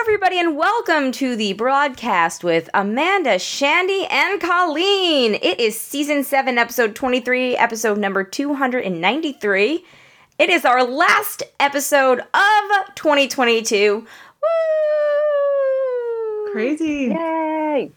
everybody, and welcome to the broadcast with Amanda, Shandy, and Colleen. It is season 7, episode 23, episode number 293. It is our last episode of 2022. Woo! Crazy. Yay!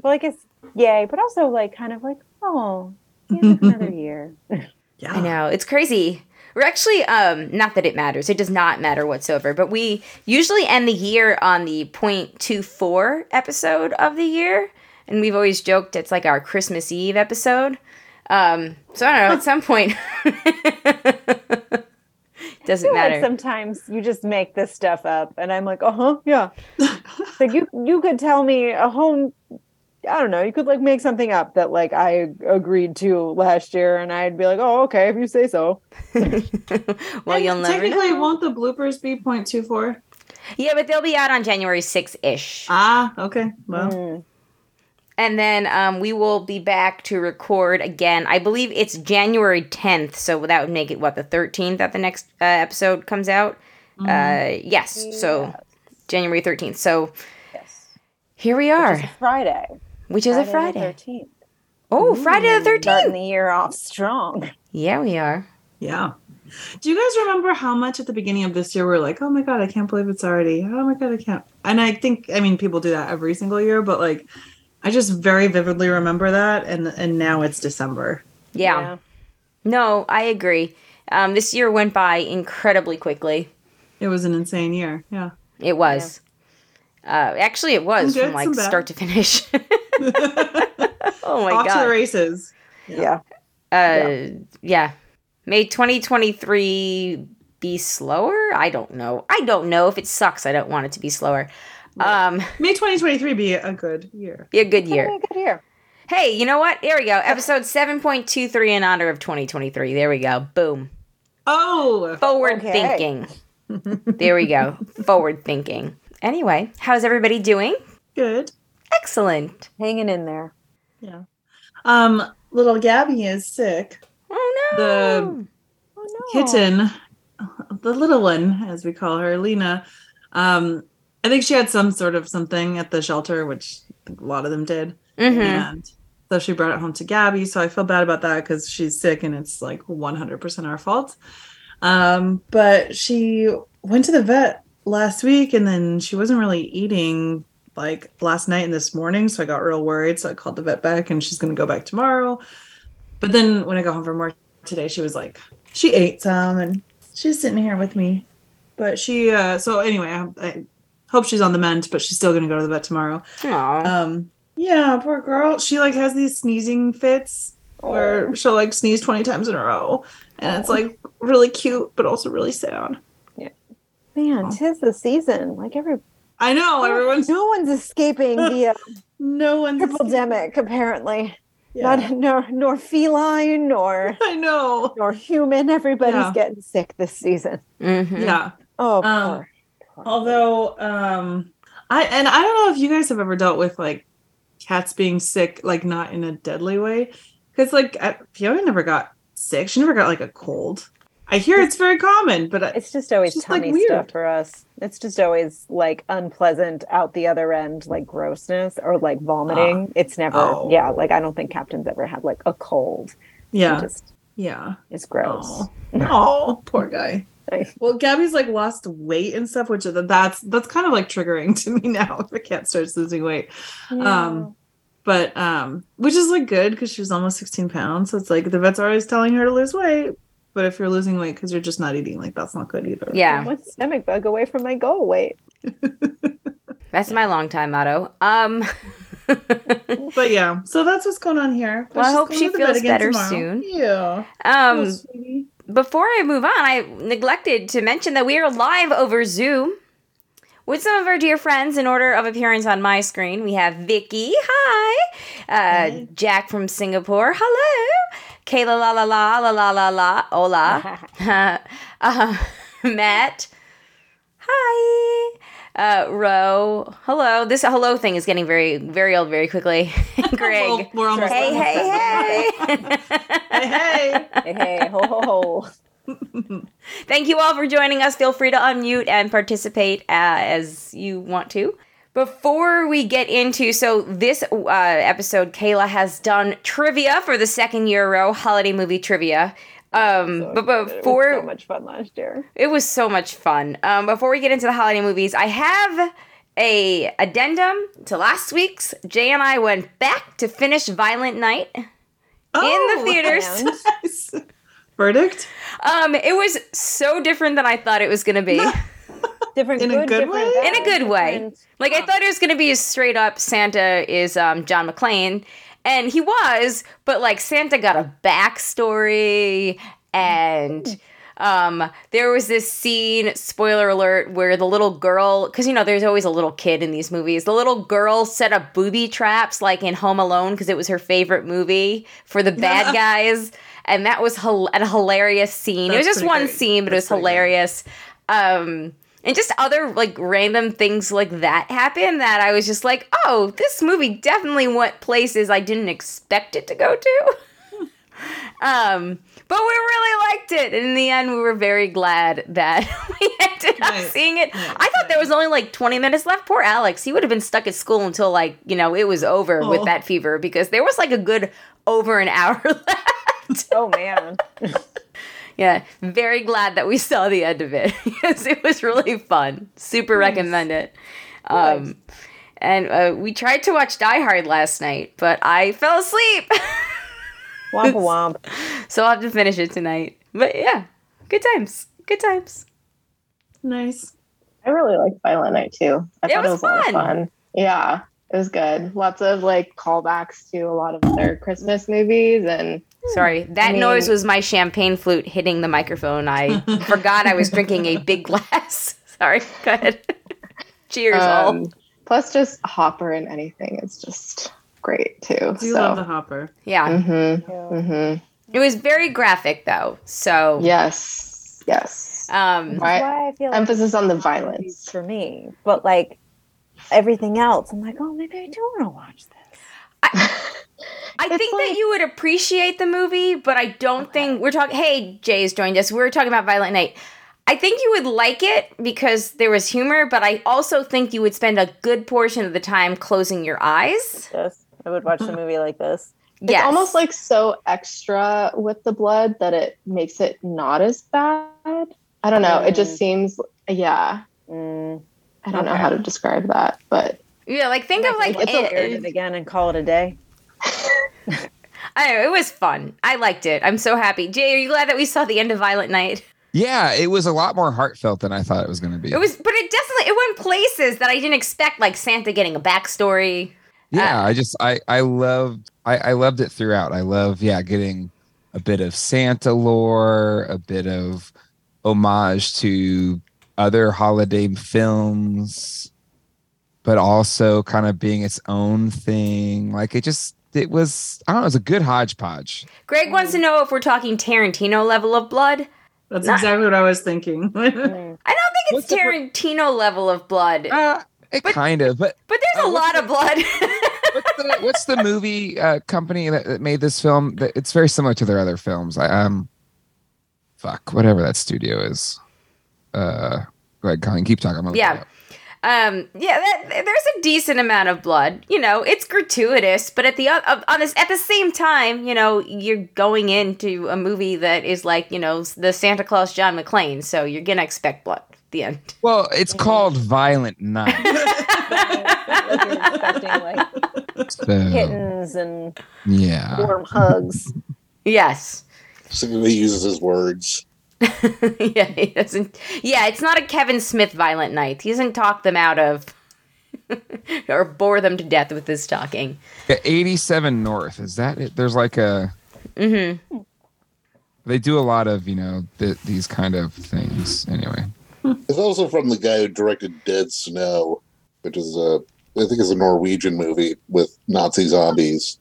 Well, I guess yay, but also like kind of like oh, yeah, look, another year. Yeah. I know, it's crazy. We're actually, um, not that it matters, it does not matter whatsoever, but we usually end the year on the 0.24 episode of the year. And we've always joked it's like our Christmas Eve episode. Um, so I don't know, at some point, I doesn't feel like matter. sometimes you just make this stuff up, and I'm like, uh huh, yeah. like you, you could tell me a home. I don't know. You could like make something up that like I agreed to last year, and I'd be like, oh, okay, if you say so. well, And you'll never know. Technically, won't the bloopers be 0.24? Yeah, but they'll be out on January 6th ish. Ah, okay. Well, Mm. And then um, we will be back to record again. I believe it's January 10th, so that would make it what the 13th that the next uh, episode comes out. Mm-hmm. Uh, yes, so January 13th. So Yes. here we are, Friday. which is a Friday. Thirteenth. Oh, Friday the 13th. Starting the year off strong. Yeah, we are. yeah. Do you guys remember how much at the beginning of this year we are like, oh my God, I can't believe it's already, oh my God, I can't. And I think, I mean, people do that every single year, but like, I just very vividly remember that. And, and now it's December. Yeah. No, I agree. Um, this year went by incredibly quickly. It was an insane year. Yeah. It was. Uh, actually, it was Some good, from like some bad. start to finish. oh my Off god! to the races. yeah. yeah. Uh, yeah. May 2023 be slower? I don't know. I don't know. If it sucks, I don't want it to be slower. Um, May 2023 be a good year. be a good Having year. a good year. Hey, you know what? Here we go. Episode 7.23 in honor of 2023. There we go. Boom. Oh, Forward Okay. thinking. there we go. Forward thinking. Anyway, how's everybody doing? good. Excellent. Hanging in there. Yeah. Um, little Gabby is sick. Oh no. The Oh no. kitten, the little one, as we call her, Lena. Um, I think she had some sort of something at the shelter, which I think a lot of them did. Mhm. And so she brought it home to Gabby. So I feel bad about that because she's sick and it's like 100% our fault. Um, but she went to the vet last week and then she wasn't really eating like last night and this morning. So I got real worried. So I called the vet back and she's going to go back tomorrow. But then when I got home from work today, she was like, she ate some and she's sitting here with me. But she, uh, so anyway, I, I hope she's on the mend, but she's still going to go to the vet tomorrow. Aw. Um, yeah, poor girl. She like has these sneezing fits where she'll like sneeze 20 times in a row. And it's like really cute, but also really sad. Man, tis the season. Like every Oh, I know everyone's no one's escaping the uh, no one's pandemic. Apparently, Yeah. not nor nor feline nor I know. nor human. Everybody's Yeah. getting sick this season. Mhm. Yeah. Oh, Um, poor, poor. Although, um, I and I don't know if you guys have ever dealt with like cats being sick, like not in a deadly way, because like I, Fiona never got sick. She never got like a cold. I hear it's very common, but I, it's just always it's just, like, tummy weird. stuff for us. It's just always like unpleasant out the other end, like grossness or like vomiting. it's never, Oh. yeah. Like I don't think captains ever had like a cold. It yeah, just yeah. is gross. Oh, poor guy. I- Well, Gabby's like lost weight and stuff, which is- that's that's kind of like triggering to me now if a cat starts losing weight. Um, but um, which is like good because she was almost 16 pounds, so it's like the vet's always telling her to lose weight. But if you're losing weight because you're just not eating, like that's not good either. Yeah. one stomach bug away from my goal weight. That's my long time motto. Um But yeah, so that's what's going on here. But Well, I hope she's going she to the vet feels again better soon. Yeah. um Oh, sweetie. before I move on, I neglected to mention that we are live over Zoom with some of our dear friends in order of appearance on my screen. We have Vicky, hi, uh, Jack from Singapore, hello, Kayla, la la la la la la la, hola, uh, Matt, hi. Uh, Ro, hello. This hello thing is getting very, very old very quickly. Greg, Well, we're almost hey, done. hey, hey. hey. hey. hey, hey, ho, ho, ho. Thank you all for joining us. Feel free to unmute and participate uh, as you want to. Before we get into so this uh, episode, Kayla has done trivia for the second year in a row, holiday movie trivia. Um, So but excited. It was before so much fun last year. it was so much fun. Um, before we get into the holiday movies, I have a addendum to last week's. Jay and I went back to finish Violent Night Oh, in the theaters. And theaters. Verdict? Um, it was so different than I thought it was gonna be. different In a good, good different way? bad, In a good way. different- Like I thought it was gonna be as straight up Santa is um, John McClane, and he was, but like Santa got a backstory, and um, there was this scene. Spoiler alert: where the little girl, because you know there's always a little kid in these movies. The little girl set up booby traps, like in Home Alone, because it was her favorite movie for the bad guys, and that was hil- a hilarious scene. That's it was just pretty one great. scene, but That's it was pretty great. hilarious um and just other like random things like that happened that I was just like, oh, this movie definitely went places I didn't expect it to go to. um, but we really liked it. And in the end, we were very glad that we ended up Right. seeing it. Right. I thought there was only like 20 minutes left. Poor Alex. He would have been stuck at school until like, you know, it was over Oh. with that fever because there was like a good over an hour left. Oh man, Yeah, very glad that we saw the end of it because it was really fun. Super recommend it. Um, and uh, we tried to watch Die Hard last night, but I fell asleep, womp womp. so I'll have to finish it tonight. But yeah, good times, good times. Nice. I really liked Violent Night too. I It thought was it was a lot of fun. fun. Yeah, it was good. Lots of like callbacks to a lot of other Christmas movies, and Sorry, that I mean- noise was my champagne flute hitting the microphone. I forgot I was drinking a big glass. Sorry, go ahead. Cheers, all. um, plus just Hopper and anything is just great too. Do you so. love the hopper? Yeah, Mm-hmm. Yeah. Mm-hmm. it was very graphic though. So Yes. Yes. um, Right. Why I feel like Emphasis on the movies violence. for me, but like everything else, I'm like, oh, maybe I do want to watch this. I It's think that like- you would appreciate the movie, but I don't think we're talking. Hey, Jay's joined us. We are talking about Violent Night. I think you would like it because there was humor, but I also think you would spend a good portion of the time closing your eyes. Yes, I would watch a movie like this. It's yes. almost like so extra with the blood that it makes it not as bad. I don't know. It just Mm. seems, yeah. Mm, I don't know Okay. how to describe that, but yeah, like think of like It's a- it- it again and call it a day. I don't know, Oh, it was fun. I liked it. I'm so happy. Jay, are you glad that we saw the end of Violent Night? Yeah, it was a lot more heartfelt than I thought it was going to be. It was, uh, but it definitely it went places that I didn't expect, like Santa getting a backstory. yeah, I just I I loved I I loved it throughout. I love yeah getting a bit of Santa lore, a bit of homage to other holiday films, but also kind of being its own thing. Like it just it was I don't know, it was a good hodgepodge. Greg wants to know if we're talking Tarantino level of blood. That's Not- exactly what I was thinking. Mm. I don't think it's What's the- Tarantino level of blood, Uh, it But- kind of, but but there's a uh, what's lot of blood. what's the, what's the movie uh, company that, that made this film? That- It's very similar to their other films. I, um, fuck, whatever that studio is. Uh, go ahead, Colleen. Keep talking. I'm gonna look it Yeah. up. um, yeah, that, there's a decent amount of blood. You know, it's gratuitous, but at the o- of- on this at the same time, you know, you're going into a movie that is like you know the Santa Claus John McClane, so you're gonna expect blood. at The end. Well, it's called Violent Night. Like you're expecting like So, kittens and yeah. warm hugs. Yes. Specifically uses his words. yeah, he doesn't. Yeah, it's not a Kevin Smith violent night. He doesn't talk them out of or bore them to death with his talking. Yeah, 87 North. Is that it? There's like a. Mm-hmm. They do a lot of, you know, th- these kind of things. Anyway. Hmm. It's also from the guy who directed Dead Snow, which is a I think is a Norwegian movie with Nazi zombies.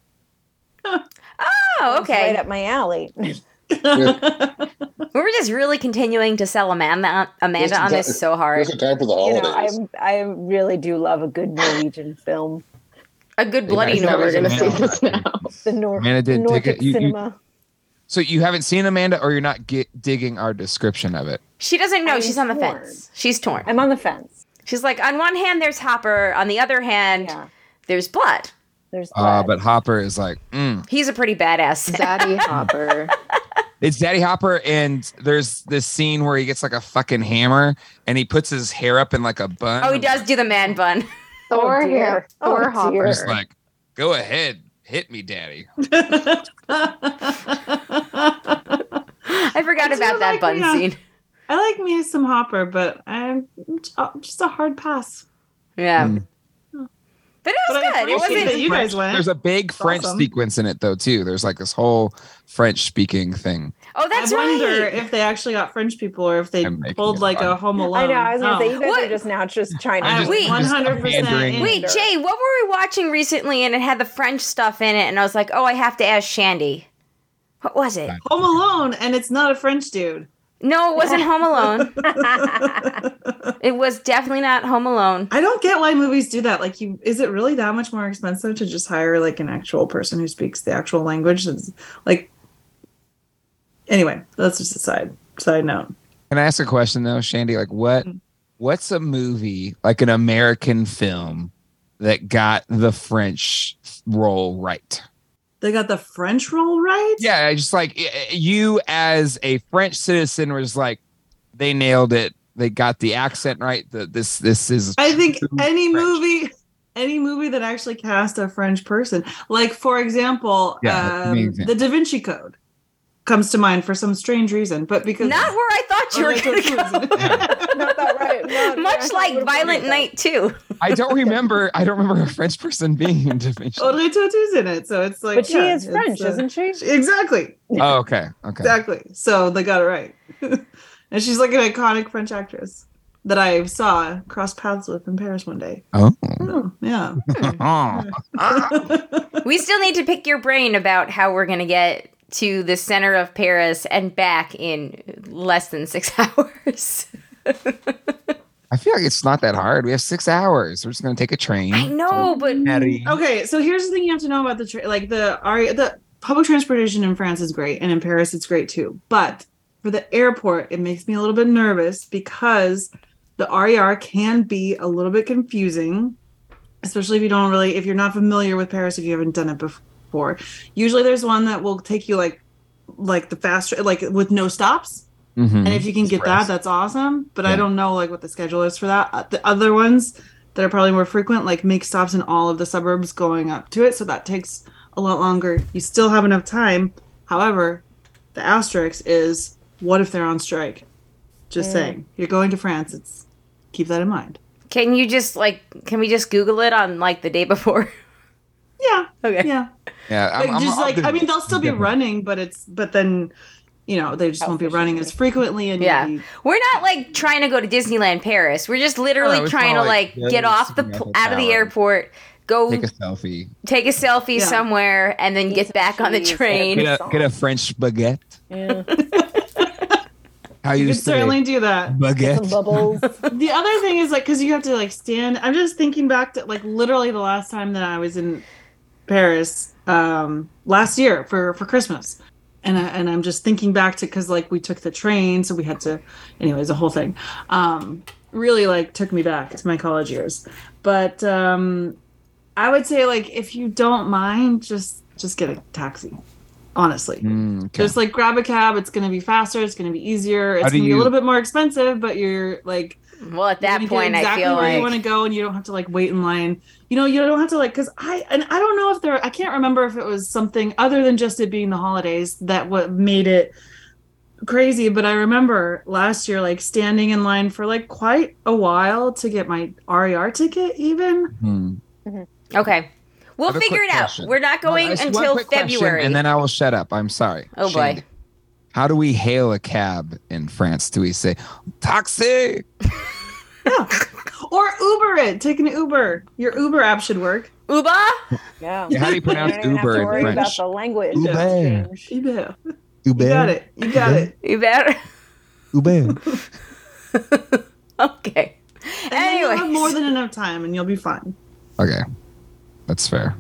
Oh, It's right okay. up my alley. We were just really continuing to sell Amanda, Amanda Yes, on this yes. so hard. There's a time for the You know, holidays. I I really do love a good Norwegian film. A good bloody Yeah, know we're Norwegian gonna it's see film. this now. The Nor- Man, it did Nordic take it- you- you- cinema. So you haven't seen Amanda, or you're not get, digging our description of it. She doesn't know. I'm She's on the torn. fence. She's torn. I'm on the fence. She's like, on one hand, there's Hopper. On the other hand, Yeah, there's Blood. there's Uh, that. but Hopper is like, mm. He's a pretty badass. Zaddy Hopper. it's Daddy Hopper, and there's this scene where he gets like a fucking hammer, and he puts his hair up in like a bun. Oh, he does do the man bun. Thor dear. here. Oh, Thor dear. I'm Hopper. Just like, go ahead, hit me, Daddy. I forgot I do about that like bun that. scene. I like me some Hopper, but I'm I'm just a hard pass. Yeah. Mm. But it was But I good. It appreciate wasn't. that you guys went. There's a big French awesome. sequence in it though too. There's like this whole French speaking thing. Oh, that's I wonder right. if they actually got French people or if they I'm making pulled it like a up. Home Alone. I know. I was gonna say you guys What? are just now just I trying just- to. Wait. One hundred Mandarin. percent. Wait, Wonder. Jay, what were we watching recently? And it had the French stuff in it, and I was like, oh, I have to ask Shandy. What was it? Home Alone, and it's not a French dude. No, it wasn't Home Alone. It was definitely not Home Alone. I don't get why movies do that. Like, you is it really that much more expensive to just hire like an actual person who speaks the actual language? It's, like, anyway, that's just a side side note. Can I ask a question though, Shandy? Like what Mm-hmm. what's a movie, like an American film that got the French role right? They got the French role right. Yeah, I just like y- y- you as a French citizen was like they nailed it. They got the accent right. The, this this is I think any French. movie, any movie that actually cast a French person, like for example, Yeah, um, amazing. the Da Vinci Code, comes to mind for some strange reason. But because Not where I thought you Oh, were going to go. Not that right. No, no, I Much thought it like would've been Violent that. Night 2. I don't remember I don't remember a French person being in Da Vinci. Oh, Audrey Tautu's in it, so it's like. But she yeah, is it's, French, uh, isn't she? Exactly, Oh, okay. Okay. exactly. So they got it right, and she's like an iconic French actress that I saw cross paths with in Paris one day. Oh. Yeah. Oh. We still need to pick your brain about how we're going to get to the center of Paris and back in less than six hours. I feel like it's not that hard. We have six hours. We're just gonna take a train. I know, but Patty. Okay, so here's the thing you have to know about the tra- like the are the public transportation in France is great, and in Paris it's great too. But for the airport, it makes me a little bit nervous because the RER can be a little bit confusing, especially if you don't really if you're not familiar with Paris if you haven't done it before. Usually, there's one that will take you like like the fast like with no stops. Mhm. And if you can get Express. that, that's awesome. But I Yeah. don't know like what the schedule is for that. Uh, The other ones that are probably more frequent, like make stops in all of the suburbs going up to it, so that takes a lot longer. You still have enough time. However, the asterisk is what if they're on strike? Just saying, you're going to France. It's keep that in mind. can you just like, can we just Google it on like the day before? Yeah, Okay. yeah. Yeah, I'm, Like, I'm- just I'll like do I mean, it. they'll still be Definitely. running, but it's but then you know they just How won't be running efficient. as frequently and Yeah. you'll be- We're not like trying to go to Disneyland Paris. We're just literally No, it's trying to not like like get Disney off the Eiffel pl- out of the Tower. airport, go Take a selfie. take a selfie Yeah. somewhere, and then Eat get some back on the cheese. train. Get a get a French baguette. Yeah. How you you could say certainly do that. Some baguette? bubbles. the other thing is like because you have to like stand i'm just thinking back to like literally the last time that i was in paris um last year for for christmas and I, and i'm just thinking back to because like we took the train so we had to anyways the whole thing um really like took me back to my college years but um i would say like if you don't mind just just get a taxi honestly Mm, okay. just like grab a cab it's going to be faster it's going to be easier it's do going to be a you- little bit more expensive but you're like Well, at that you point, get exactly I feel where you like want to go, and you don't have to like wait in line. You know, you don't have to like because I and I don't know if there. I can't remember if it was something other than just it being the holidays that what made it crazy. But I remember last year like standing in line for like quite a while to get my RER ticket. Even Mhm. okay. We'll have a figure quick it out. question. We're not going I see one until quick question, February. and then I will shut up. I'm sorry. Oh, boy. Shandy. How do we hail a cab in France? Do we say taxi? or Uber it. Take an Uber. Your Uber app should work. Uba? Yeah. Yeah, how do you pronounce don't even have Uber to in worry about French? the language Uber. change. Uber. Uber. You got it. You got it. You better. Uber. Okay. And then you'll have Anyways. more than enough time, and you'll be fine. okay, that's fair.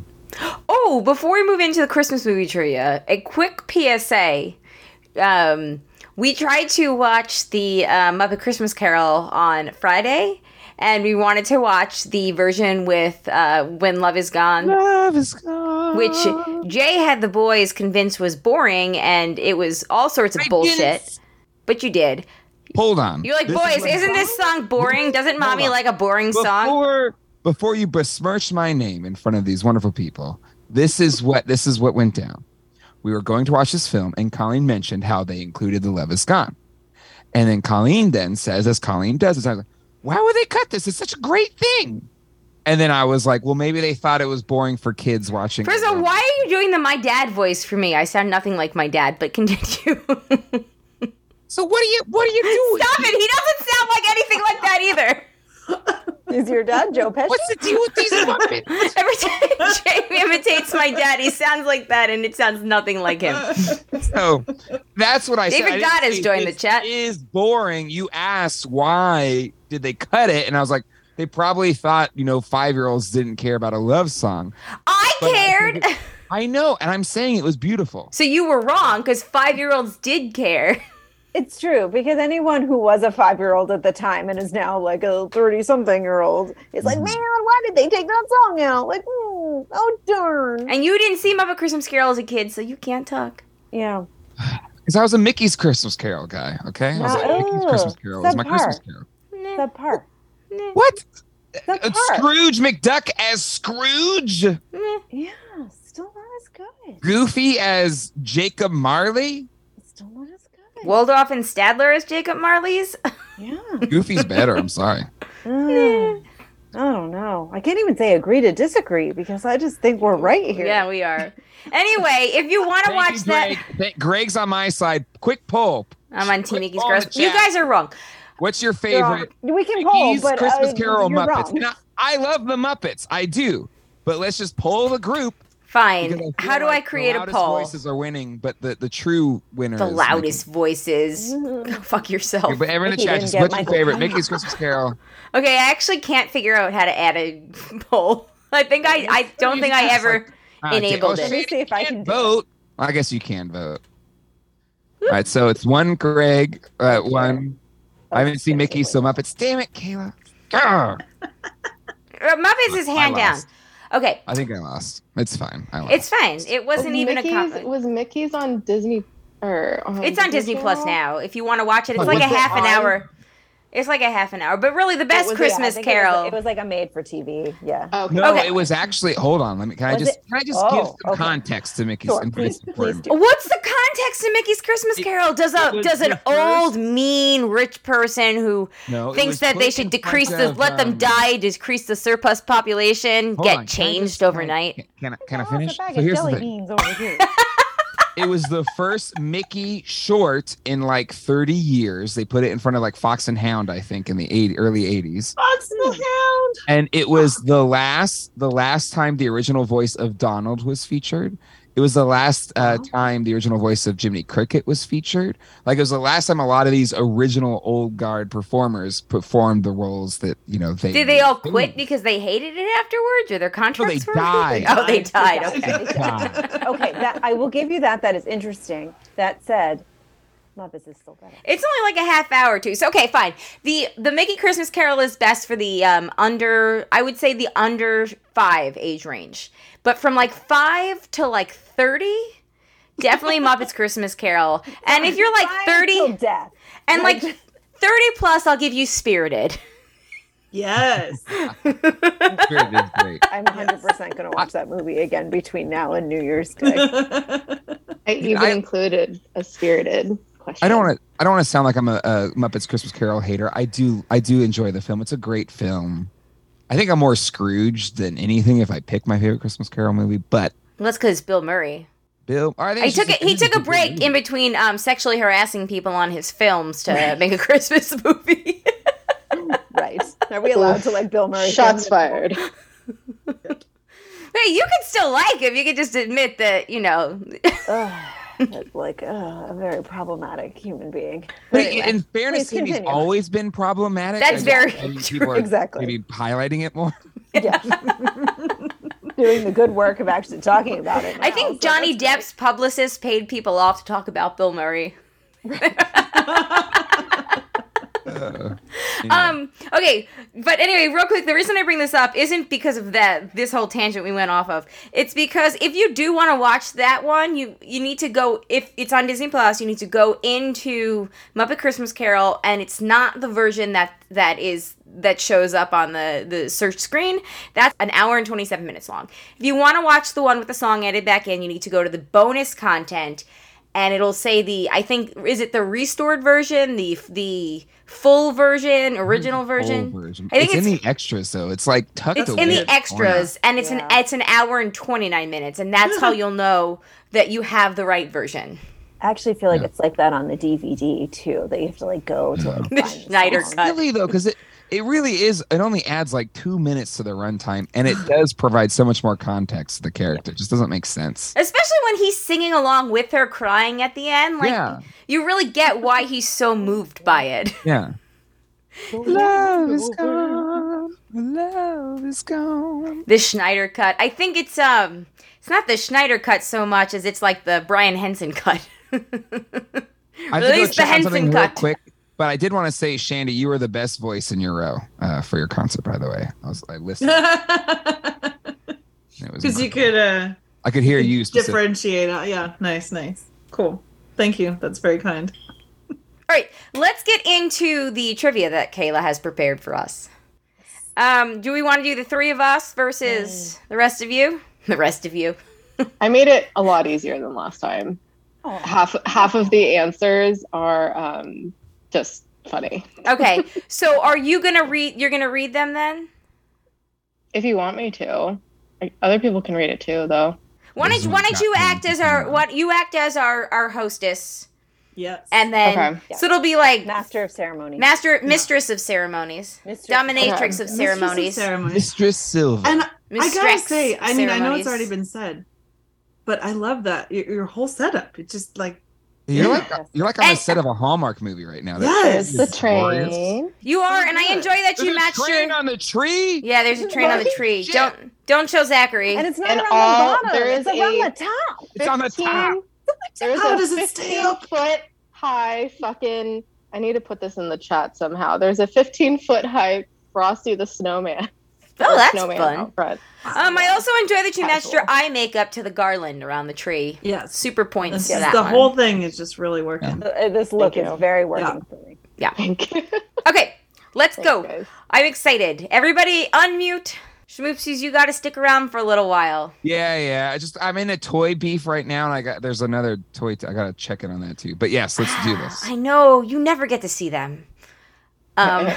Oh, before we move into the Christmas movie trivia, a quick PSA. Um, we tried to watch the uh, Muppet Christmas Carol on Friday, and we wanted to watch the version with uh, When Love Is Gone. Love is gone. which Jay had the boys convinced was boring and it was all sorts of bullshit. But you did. hold on. You're like, This boys, is is what- not this song boring? Doesn't mommy on. like a boring song? before before you besmirch my name in front of these wonderful people? This is what this is what went down. We were going to watch this film, and Colleen mentioned how they included the Love is Gone, and then Colleen then says, as Colleen does, it's like, why would they cut this? It's such a great thing. And then I was like, well, maybe they thought it was boring for kids watching. First of all, why are you doing the my dad voice for me? I sound nothing like my dad, but continue. Stop it! He So what are you what are you doing? doesn't sound like anything like that either. Is your dad Joe Pesci? What's the deal with these Muppets? Every time Jay imitates my dad, he sounds like that, and it sounds nothing like him. So that's what I said. David I didn't Dodd has say joined the this chat. Is boring. You asked why did they cut it, and I was like, they probably thought you know five year olds didn't care about a love song. I But I cared, think I know, and I'm saying it was beautiful. so you were wrong because five-year-olds did care. It's true because anyone who was a five year old at the time and is now like a 30 something year old is like, Mhm. man, why did they take that song out? Like, hmm, oh, darn. And you didn't see Muppet Christmas Carol as a kid, so you can't talk. Yeah. Because I was a Mickey's Christmas Carol guy. Okay, I was like, Oh, No. Mickey's Christmas Carol was my Subpar. Christmas Carol. Nah, The part. nah, What? The Uh, part. Scrooge McDuck as Scrooge, nah. Yeah. Still not as good. Goofy as Jacob Marley. Still not as good. Waldorf and Stadler as Jacob Marley's. Yeah. Goofy's better. I'm sorry. Eh. Mm. I don't know. I can't even say agree to disagree because I just think we're right here. Yeah, we are. Anyway, if you want to Thank you, watch that, Greg. Thank- Greg's on my side. Quick poll. I'm on Team Quick Mickey's poll in Girls. the You chat. guys are wrong. What's your You're favorite? wrong. We can poll, Mickey's but Christmas uh, Carol you're Muppets. wrong. And I, I love the Muppets. I do. But let's just poll the group. because Fine. feel How do like I create the a loudest poll? Voices are winning, but the, the true winner. The is loudest Mickey. voices. Mhm. Go Fuck yourself. Okay, but everyone in the Mickey chat, didn't just get what's your Michael favorite Caine. Mickey's Christmas Carol? Okay, I actually can't figure out how to add a poll. I think I, I don't think I It's ever. like- Ah, okay. enabled Oh, it. shit, Let me see if I can do it. vote. I guess you can vote. All right, so it's one Greg, uh, one. I haven't seen Mickey, so Muppets. Damn it, Kayla. Grr. Uh, Muppets is I hand down. lost. Okay, I think I lost. It's fine. I lost. it's fine. Oh, It wasn't even Mickey's, a comment. Was Mickey's on Disney or um, on It's on Disney Plus Channel? now. If you want to watch it, it's But like a was it half an on- hour. It's like a half an hour, but really the best It was- yeah, I Christmas think it was- Carol. It was, like a made for TV. Yeah. Oh, okay. No, Okay. it was actually. Hold on. Let me. Can I Was just? it- Can I just Oh, give some okay. context to Mickey's? Sure, and please- it's important. please What's the context to Mickey's Christmas It- Carol? Does it a was does an the first- old mean rich person who No, it thinks was that they put should in front decrease the of, let them um, die, decrease the surplus population, hold on, get can I changed just- can I- overnight? Can, can, I- can I Look, a finish? bag So of here's the jelly thing. beans over here. It was the first Mickey short in like 30 years. They put it in front of like Fox and Hound, I think, in the 80, early 80s. Fox Hmm. the Hound. and it was the last the last time the original voice of Donald was featured. It was the last uh, time the original voice of Jiminy Cricket was featured. Like it was the last time a lot of these original old guard performers performed the roles that you know they Did they all quit because they hated it afterwards, or their contracts were? died. Oh, they died. They Okay. died. okay, that I will give you that. That is interesting. That said, Muppets is still better. It's only like a half hour too. So okay, fine. The the Mickey Christmas Carol is best for the um under I would say the under 5 age range. But from like 5 to like 30 definitely Muppets Christmas Carol. And if you're like Five 30 till death. and like 30 plus I'll give you Spirited. Yes. Spirit is great. I'm 100 percent going to watch that movie again between now and New Year's Day. I even I- included a spirited question. I don't want to. I don't want to sound like I'm a, a Muppets Christmas Carol hater. I do. I do enjoy the film. It's a great film. I think I'm more Scrooge than anything if I pick my favorite Christmas Carol movie. But That's cuz Bill Murray. Bill, I think He it's took just a, he it's just took a good break movie. in between um, sexually harassing people on his films to make a Christmas movie. right? Are we allowed to like Bill Murray? Shots films? fired. Hey, you can still like him. You can just admit that you know. Ugh, that's like ugh, a very problematic human being. But Anyway. in fairness, Please to him, he's continue. always been problematic. That's I just- very I mean, true. people are Exactly. Maybe highlighting it more. yeah. doing the good work of actually talking about it. I now, think so Johnny that's Depp's publicist paid people off to talk about Bill Murray. Uh, Um, okay, but anyway, real quick, the reason I bring this up isn't because of that this whole tangent we went off of. It's because if you do want to watch that one, you you need to go if it's on Disney Plus, you need to go into Muppet Christmas Carol and it's not the version that that is that shows up on the the search screen. That's an hour and 27 minutes long. If you want to watch the one with the song added back in, you need to go to the bonus content and it'll say the I think is it the restored version, the the full version, original version. Mm-hmm. Full version. I think it's, in it's- the extras though. It's like tucked It's away. in at the corner. extras, and it's Yeah. an it's an hour and twenty nine minutes, and that's how you'll know that you have the right version. I actually feel like Yeah. it's like that on the DVD too. That you have to like go to like, The find the Schneider song. cut. Silly though, because it it really is. It only adds like two minutes to the runtime, and it does provide so much more context to the character. It just doesn't make sense. Especially when he's singing along with her, crying at the end. Like yeah, you really get why he's so moved by it. yeah. Love is gone. Love is gone. The Schneider cut. I think it's um, it's not the Schneider cut so much as it's like the Brian Henson cut. I think Release I'll the check on Henson something real cut. quick. But I did want to say, Shandy, you were the best voice in your row uh, for your concert. By the way, I was I listened. It was Because remarkable. you could uh, I could hear you. specific- differentiate. Uh, yeah, nice, nice, cool. Thank you. That's very kind. All right, let's get into the trivia that Kayla has prepared for us. Um, do we want to do the three of us versus the rest of you? The rest of you. I made it a lot easier than last time. Half half of the answers are um, just funny. Okay. so are you gonna read? You're gonna read them then. If you want me to, Like, other people can read it too, though. Why don't, This you- why one's don't you got act me. as our what you act as our our hostess, Yes. and then Okay. so it'll be like Master of ceremony. master mistress of ceremonies, Mistress- dominatrix Okay. of Mistress of ceremonies, ceremonies. Mistress Silva. And I gotta mistress say, I mean, I know it's ceremonies. already been said, but I love that your, your whole setup. It just like You're like Yes. you're like on the And- set of a Hallmark movie right now. Yes. The That's glorious. train. You are, and I good. enjoy that There's you a matched train your. on the tree. Yeah, there's a train on the tree. Shit. Don't don't show Zachary. and it's not And around all- the bottom. there it's is around a- the top. It's on the top. There's How a does it 15 stay up? foot high fucking. I need to put this in the chat somehow. There's a 15 foot high Frosty the Snowman. oh, or that's snowman fun. out front. Um, I also enjoy that you matched your Casual. eye makeup to the garland around the tree. yes. Super points This to is that the one. whole thing is just really working. Uh, This look Thank is you. very working Yeah. for me. Thank you. Okay, let's Thanks, go. guys. I'm excited. Everybody, unmute. Schmoopsies, you got to stick around for a little while. Yeah, yeah. I just I'm in a toy beef right now, and I got there's another toy. T- I gotta check in on that too. But yes, let's do this. I know you never get to see them. Um,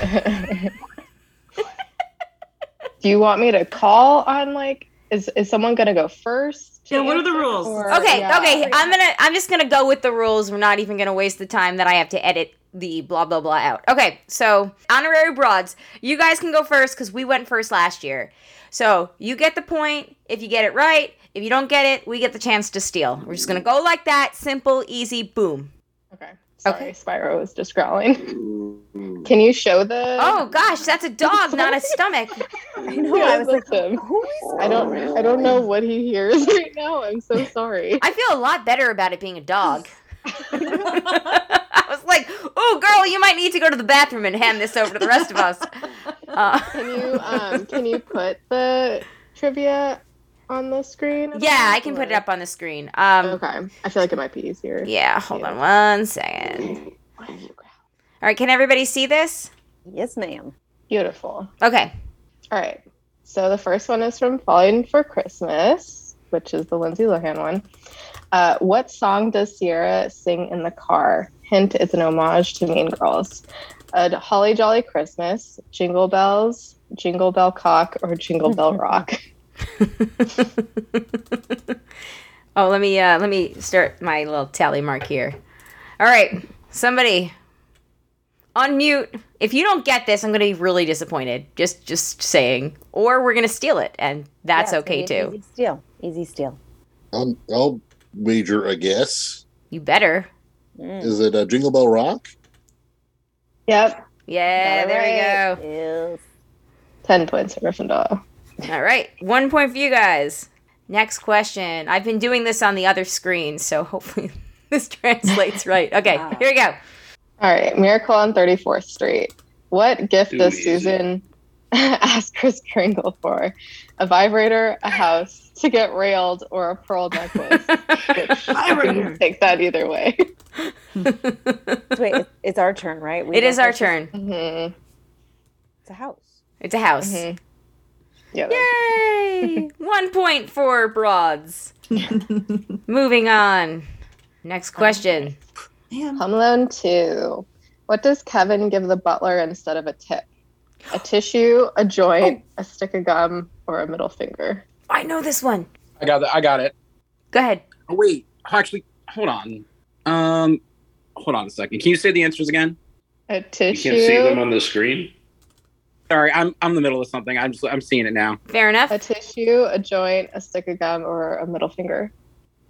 Do you want me to call on like is is someone gonna go first? to Yeah, what are the answer, rules? or- okay, yeah. okay. I'm gonna. I'm just gonna go with the rules. We're not even gonna waste the time that I have to edit the blah blah blah out. Okay, so honorary broads, you guys can go first because we went first last year. So you get the point if you get it right. If you don't get it, we get the chance to steal. We're just gonna go like that. Simple, easy, boom. Okay. Sorry, Okay. Spyro was just growling. Can you show the Oh gosh, that's a dog, not a stomach. Uh, I know. I was like, them. who is I don't I don't know what he hears right now. I'm so sorry. I feel a lot better about it being a dog. I was like, "Oh, girl, you might need to go to the bathroom and hand this over to the rest of us." Uh, Can you um can you put the trivia on the screen? at Yeah, all, I can put it or- up on the screen. Um, Okay. I feel like it might be easier. Yeah, hold on one second. All right, can everybody see this? Yes, ma'am. Beautiful. Okay. All right. So the first one is from Falling for Christmas, which is the Lindsay Lohan one. Uh, what song does Sierra sing in the car? Hint, it's an homage to Mean Girls. A Holly Jolly Christmas, Jingle Bells, Jingle Bell Cock, or Jingle Bell Rock. Oh, let me uh, let me start my little tally mark here. All right, somebody unmute. If you don't get this, I'm going to be really disappointed. Just just saying. Or we're going to steal it, and that's Yeah, it's okay gonna be too. an Easy steal. Easy steal. I'll, I'll wager a guess. You better. Hmm. Mm. Is it uh, Jingle Bell Rock? Yep. Yeah, All there we go. Yes. 10 points for Gryffindor. All right, one point for you guys. Next question. I've been doing this on the other screen, so hopefully this translates right. Okay, here we go. All right, Miracle on 34th Street. What gift Too does easy. Susan ask Chris Kringle for? A vibrator, a house, to get railed, or a pearl necklace? Which I Vibrator. can take that either way. Wait, it's, it's our turn, right? We It is don't our have to- turn. Mhm, It's a house. It's a house. mhm. Yeah. Yay! One point for broads. Moving on. Next question. Man. Um, Home Alone 2. What does Kevin give the butler instead of a tip? A tissue, a joint, Oh. a stick of gum, or a middle finger? I know this one. I got that. I got it. Go ahead. Oh, wait. Actually, hold on. Um, hold on a second. Can you say the answers again? A You tissue, can't see them on the screen. Sorry, I'm I'm in the middle of something. I'm just I'm seeing it now. Fair enough. a tissue, a joint, a stick of gum, or a middle finger.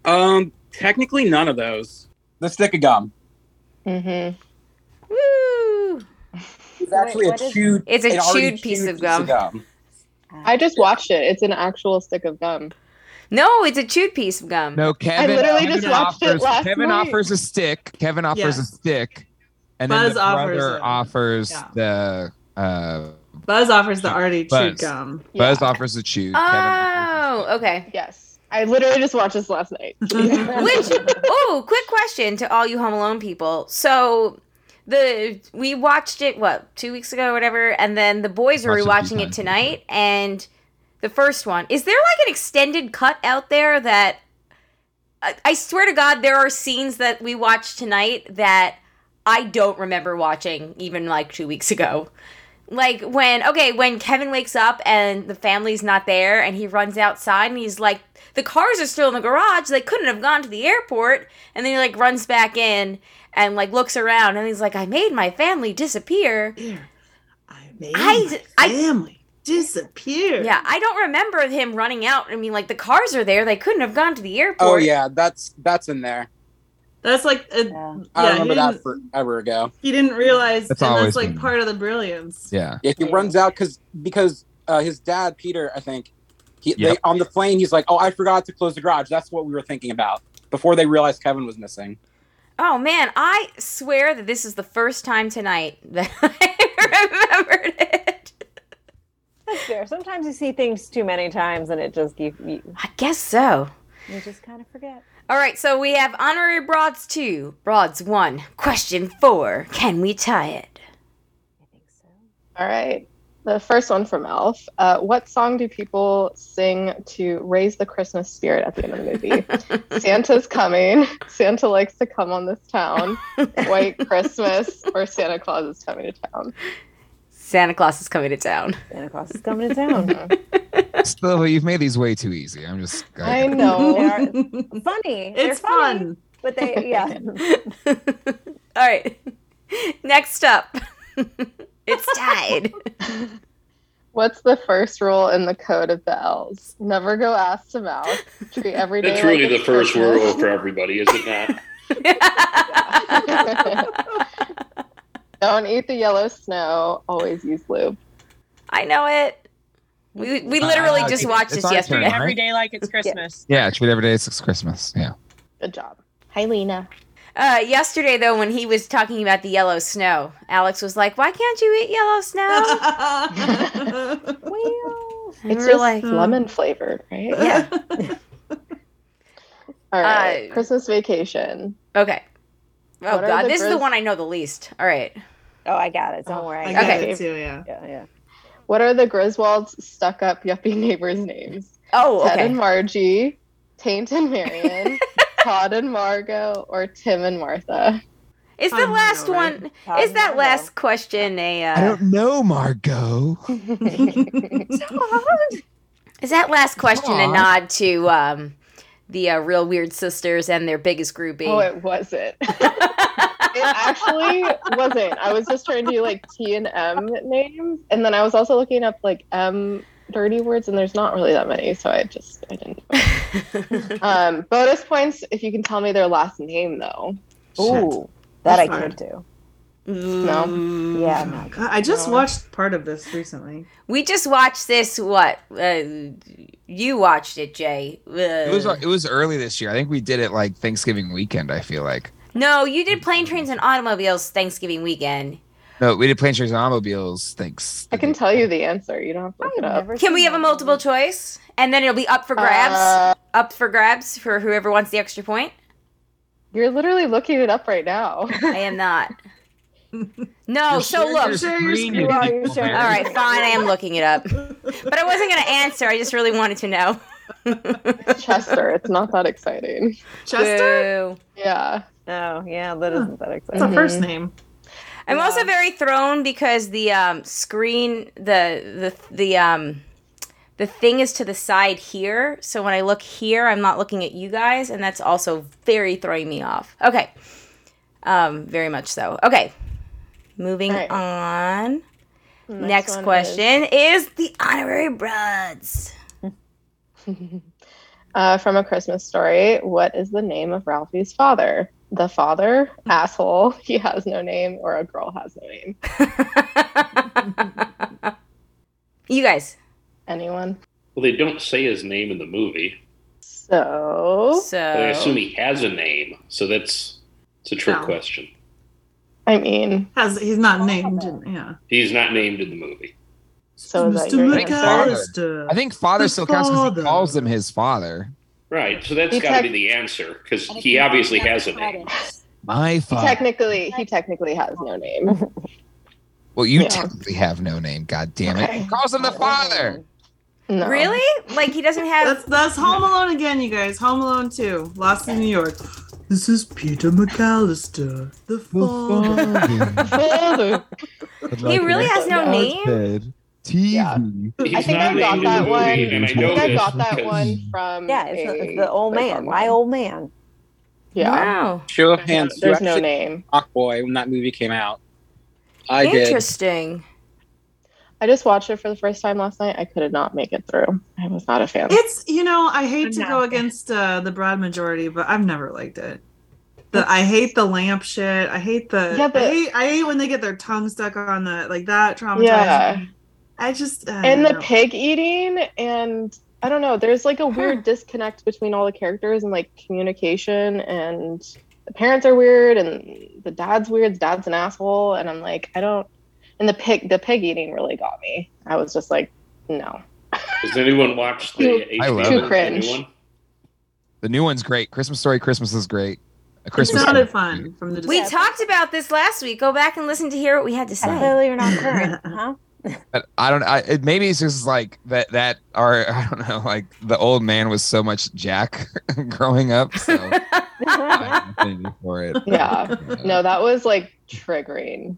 Um, technically none of those. The stick of gum. Mm-hmm. Woo! It's What- actually what a is- chewed. It's a an already chewed piece of gum. I just watched it. It's an actual stick of gum. No, it's a chewed piece of gum. No, Kevin. literally Kevin just watched it offers, last Kevin night. offers a stick. Kevin offers Yeah. a stick, and Buzz then the offers brother him. offers Yeah. the. Uh, Buzz offers the um, already chewed Buzz. gum. Buzz offers the chew. Oh, okay. Yes. I literally just watched this last night. Which oh, quick question to all you Home Alone people. So the we watched it what two weeks ago or whatever, and then the boys are Watched it a rewatching few it times. tonight. And the first one is there like an extended cut out there that I, I swear to God there are scenes that we watched tonight that I don't remember watching even like two weeks ago. Like when okay, when Kevin wakes up and the family's not there and he runs outside and he's like the cars are still in the garage, they couldn't have gone to the airport and then he like runs back in and like looks around and he's like, I made my family disappear. Here, I made I- my I- family disappear. Yeah, I don't remember him running out. I mean like the cars are there, they couldn't have gone to the airport. Oh yeah, that's that's in there. That's like a, Yeah. I Yeah, remember he that didn't- forever ago. he didn't realize That's and always that's like been- part of the brilliance. Yeah. Yeah, he runs out because because uh, his dad Peter, I think, he Yep. they, on the plane he's like, oh, I forgot to close the garage. That's what we were thinking about before they realized Kevin was missing. Oh man, I swear that this is the first time tonight that I remembered it. That's fair. Sometimes you see things too many times and it just you you, I guess so. you just kind of forget. All right, so we have honorary broads two, broads one. Question four: Can we tie it? I think so. All right. The first one from Elf. Uh, what song do people sing to raise the Christmas spirit at the end of the movie? Santa's coming. Santa likes to come on this town. White Christmas or Santa Claus is coming to town. Santa Claus is coming to town. Santa Claus is coming to town. Still, you've made these way too easy. I'm just. I They know. are funny. They're it's fun. but they yeah. All right, next up, it's tied. What's the first rule in the code of the elves? Never go ass to mouth. Treat every day. That's really like the it's first Christmas. world for everybody, is it not? Don't eat the yellow snow. Always use lube. I know it. We we literally Uh, just it's watched our this turn, yesterday. right? Every day like it's Christmas. Yeah, treat every day as it's Christmas. Yeah. Good job. Hi, Lena. Uh, yesterday, though, when he was talking about the yellow snow, Alex was like, "Why can't you eat yellow snow?" Oh, Well, And It's we were just like, hmm. lemon flavored, right? Yeah. All right. Uh, Christmas vacation. Okay. Oh What are god, the this is the grizz- one I know the least. All right. Oh, I got it. Don't Oh, worry. I I got got Okay. it too, yeah. it. Yeah, yeah. What are the Griswolds' stuck up yuppie neighbors' names? Oh, Ted and okay. Margie, Taint and Marion, Todd and Margot, or Tim and Martha? Is I the know, last right? one? Todd Is and that Margo. last question a? I Uh, don't know, Margot. is that last question a Aw. nod to um, the uh, Real Weird Sisters and their biggest groupie? Oh, it wasn't. it actually wasn't. I was just trying to do like T and M names, and then I was also looking up like M dirty words, and there's not really that many, so I just I didn't. um, bonus points if you can tell me their last name though. Shit. Ooh, that I That's can't do. No. Yeah, Oh, God, I just No. watched part of this recently. We just watched this. What uh, you watched it, Jay? Uh, It was it was early this year. I think we did it like Thanksgiving weekend. I feel like no, you did plane, trains, and automobiles Thanksgiving weekend. no, we did Planes, Trains, and Automobiles. Thanks. I can tell you the answer. You don't have to look it up. Can we have a multiple choice? And then it'll be up for grabs. Uh, up for grabs for whoever wants the extra point. you're literally looking it up right now. I am not. No, You're so sharing look. your Share your screen, screen. you Well, people, you're sharing- man. All right, fine. I am looking it up. But I wasn't going to answer. I just really wanted to know. Chester. It's not that exciting. Chester? Boo. Mm-hmm. Yeah. Oh, yeah, that isn't that That's a Mm-hmm. exciting. first name. I'm Yeah. also very thrown because the um, screen, the the the um, the thing is to the side here. So when I look here, I'm not looking at you guys, and that's also very throwing me off. Okay, um, very much so. Okay, moving All right. on. Next, one question is, the honorary bruds. is, uh, from a Christmas story. What is the name of Ralphie's father? The father, Hmm. asshole. He has no name, or a girl has no name. you guys. Anyone? Well, they don't say his name in the movie, So but I Oh. assume So he has a name. So that's it's a trick No. question. I mean, Has he's not named. and- Yeah. He's not named in the movie. so is that Mr. your Lincoln. answer? McAllister. I think father The still counts because father. he calls him his father. Right. So that's He got to be tec- the answer because he obviously has a name. My He father. technically, he technically has no name. well, you Yeah. technically have no name. God damn it! Okay. He calls him the father. No. really, like he doesn't have. That's that's Home Alone again, you guys. Home Alone 2. Lost in New York. This is Peter McAllister, the father. Father. He really has no Yeah. name. TV. Yeah. He's I not think I got named in that the movie, one. and I I think know I this got that because- one from Yeah, it's, the- a- it's the old like, man, my online. old man. Yeah, Wow. Show of hands. who there's no actually- name. Hawk Boy when that movie came out. I did. Interesting. I just watched it for the first time last night. I could not make it through. I was not a fan. It's you know I hate I'm to not go a fan. against uh, the broad majority, but I've never liked it. The I hate the lamp shit. I hate the Yeah, but- I, hate, I hate when they get their tongue stuck on the like that traumatized. Yeah. me. I just uh, and the no. pig eating and I don't know. There's like a weird disconnect between all the characters and like communication and the parents are weird and the dad's weird. The dad's an asshole and I'm like I don't. And the pig the pig eating really got me. I was just like no. Has anyone watched the I love HBO it. the Cringe. new one? The new one's great. Christmas Story. Christmas is great. A it Christmas. sounded fun from the We description. talked about this last week. Go back and listen to hear what we had to say. Clearly, you're not current, huh? But I don't. I, it, maybe it's just like that. That are I don't know. Like the old man was so much Jack growing up. So I have an affinity for it. Yeah. No, that was like triggering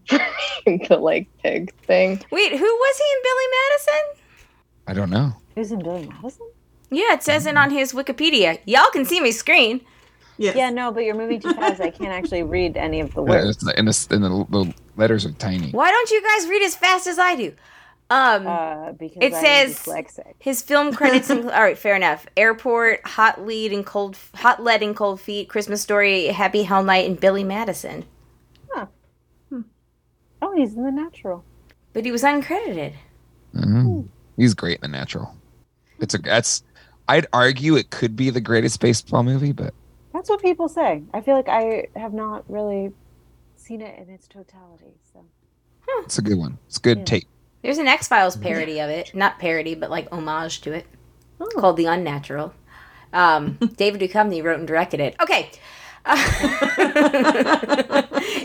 the like pig thing. Wait, who was he in I don't know. Who's in Billy Madison? Billy Madison? Yeah, it says it on his Wikipedia. Y'all can see my screen. Yes. Yeah, no, but you're moving too fast. I can't actually read any of the Yeah, words. it's in the, in the, the letters are tiny. Why don't you guys read as fast as I do? Um, Uh, because It I'm says- dyslexic. His film credits include all right, fair enough. Airport, Hot Lead and Cold Hot Lead and Cold Feet, Christmas Story, Happy Hell Night, and Billy Madison. Oh, he's in the natural. But he was uncredited. Mhm. He's great in The Natural. It's a that's. I'd argue it could be the greatest baseball movie, but That's what people say. I feel like I have not really seen it in its totality. So it's a good one. It's a good Yeah. tape. There's an X Files parody of it. Not parody, but like homage to it. Called The Unnatural. Um, David Duchovny wrote and directed it. Okay. Uh,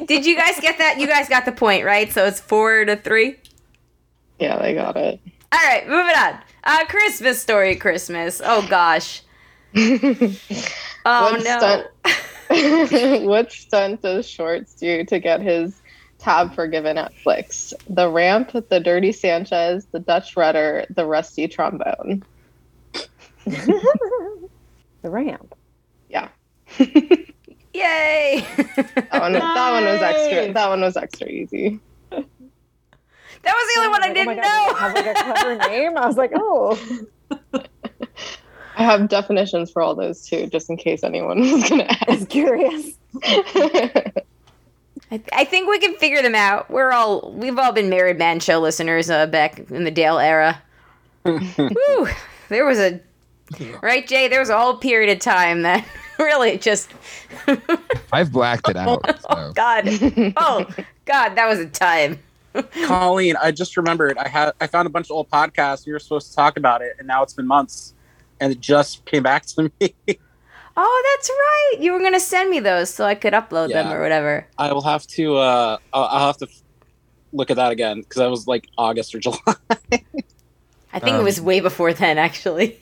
Did you guys get that? You guys got the point, right? So it's four to three. Yeah, they got it. All right, moving on. Uh, Christmas story, Christmas. Oh gosh. Oh What no. stunt- what stunt does Shorts do to get his tab forgiven at Flicks? The ramp, the dirty Sanchez, the Dutch rudder, the rusty trombone. the ramp. Yay! That one, that one was Nice. extra. That one was extra easy. that was the only one I Oh my didn't God, know. does it Have like a clever name. I was like, oh, I have definitions for all those too, just in case anyone was gonna I was curious. ask. I, I think we can figure them out. We're all we've all been married man show listeners uh, back in the Dale era. Whew, there was a right, Jay. There was a whole period of time that really just I've blacked it out. So. God, oh God, that was a time. Colleen, I just remembered I had I found a bunch of old podcasts. We were supposed to talk about it, and now it's been months, and it just came back to me. Oh, that's right. You were gonna send me those so I could upload them Yeah. or whatever. I will have to. Uh, I'll, I'll have to f- look at that again because that was like August or July. I think it was Um, way before then, actually.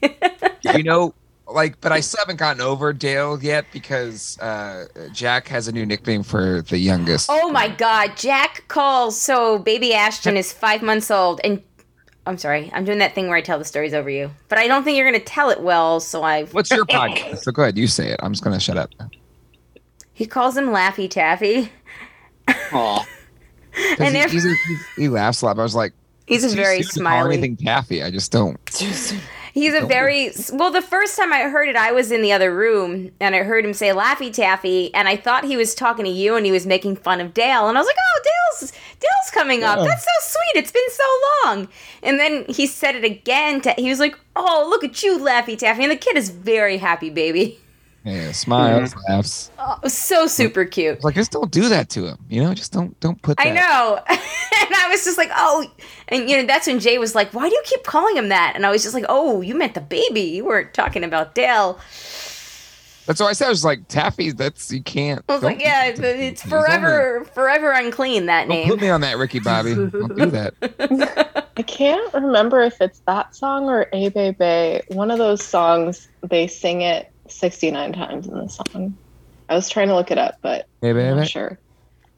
you know, like, but I still haven't gotten over Dale yet because uh, Jack has a new nickname for the youngest. oh my God, Jack calls. So baby Ashton is five months old, and I'm sorry, I'm doing that thing where I tell the stories over you, but I don't think you're gonna tell it well. So I What's your podcast? So go ahead, you say it. I'm just gonna shut up. he calls him Laffy Taffy. Aw. 'Cause And he, if- he's a, he's- he laughs a lot. But I was like, He's a too very soon to call smiley. Anything taffy? I just don't. He's a Don't very well. The first time I heard it, I was in the other room and I heard him say "Laffy Taffy," and I thought he was talking to you and he was making fun of Dale, and I was like, "Oh, Dale's Dale's coming up. Yeah. That's so sweet. It's been so long." And then he said it again. To, he was like, "Oh, look at you, Laffy Taffy," and the kid is very happy, baby. Yeah, smiles, Mm-hmm. laughs. Oh, it was so super cute. It's like just don't do that to him. You know, just don't don't put. That. I know. and I was just like, oh, and you know, that's when Jay was like, why do you keep calling him that? And I was just like, oh, you meant the baby. You weren't talking about Dale. That's why I said I was like taffy. That's you can't. I was don't like, do yeah, that it's, to me. it's He's only- forever, forever unclean, that Don't put name. me on that, Ricky Bobby. Don't do that. I can't remember if it's that song or A Bay Bay. One of those songs, they sing it 69 times in the song. I was trying to look it up, but Hey, I'm baby. not sure.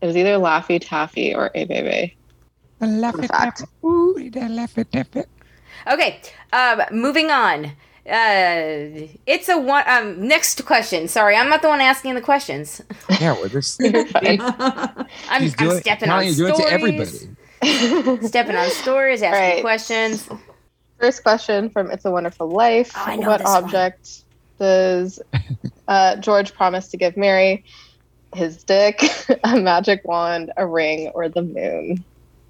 It was either Laffy Taffy or A Bay Bay. I love it, fact. Taffy. Ooh, I love it, Taffy. Okay, um, moving on. Uh, it's a one. Um, next question. Sorry, I'm not the one asking the questions. Yeah, well, this. You're fine. I'm, He's I'm doing, stepping Italian, on you're stories. doing it to everybody. Stepping on stories, asking Right. questions. First question from It's a Wonderful Life. Oh, I know what this one. object does uh, George promise to give Mary? His dick, a magic wand, a ring, or the moon?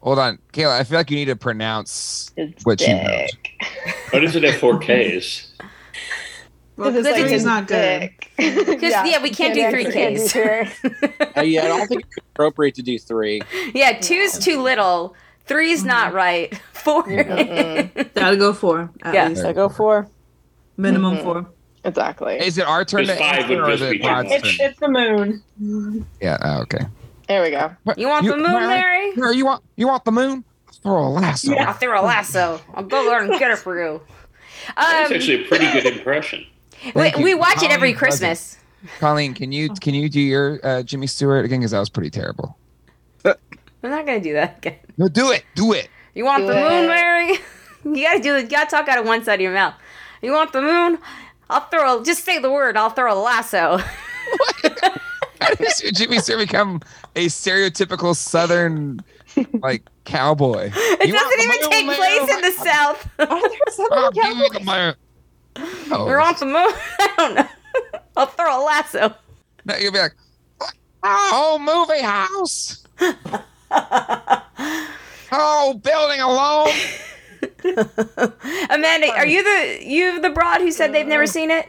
Hold on, Kayla. I feel like you need to pronounce. His What you dick. wrote. Why does it have four Ks? well, because Because three's it's not good. Because yeah, we can't do three Ks. Uh, yeah, I don't think it's appropriate to do three. Yeah, two's too little. Three's not right. Four. Mm-hmm. Gotta go four at Yeah. least. I go for Minimum Mm-hmm. Mhm. four. Exactly. Is it our turn to Because five answer would or just the be too pod's much. turn? It's, it's the moon. Yeah. oh, okay. there we go. You want the moon, Mary? Mary, you want you want the moon? Throw a lasso. I'll throw a lasso. I'll go there and get it for you. Um, That's actually a pretty good impression. we, Thank you. we watch it Colleen every Pleasant. Christmas. Colleen, can you can you do your uh, Jimmy Stewart again? Because that was pretty terrible. I'm not gonna do that again. No, do it, do it. You want Do the moon, it. Mary? You gotta do it. You gotta talk out of one side of your mouth. You want the moon? I'll throw. A, just say the word. I'll throw a lasso. How did this- Jimmy Stewart become a stereotypical Southern like cowboy? It You want doesn't the even moon, take Mary? place in the South. Oh, give me the moon. Oh, You want the moon? I don't know. I'll throw a lasso. no, you'll be like, oh, movie house. oh, building alone. Amanda, are you the you the broad who said they've never seen it?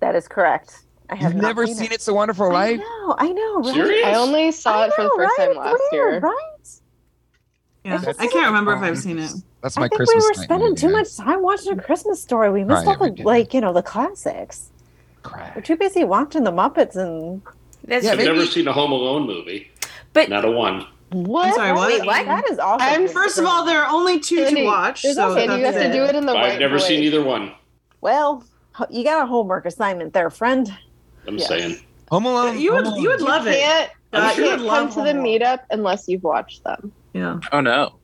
that is correct. I have You've not never seen It's a Wonderful I Life. know. Oh, I know. Right? Serious? I only saw I it for the know, first right? time It's last weird, year. Right? Yeah. It's I can't remember if I've seen it. That's I my think Christmas. we were night spending movie, too guys. much time watching a Christmas story. We missed Right, all we the did. like, you know, the classics. We're Crap. too busy watching the Muppets and That's Yeah, I've maybe- never seen a Home Alone movie. But- not a one. what? sorry, what? Wait, what? That is awesome. I'm- First of all, there are only two Andy, to watch, there's so also- And that's you have to do it in the I've right never voice. seen either one. well, h- you got a homework assignment there, friend. I'm Yes. saying. Home Alone. You would, Home you would You love it. can't, you Uh, I'm sure can't I'd come love to the one. meetup unless you've watched them. Yeah. Oh no.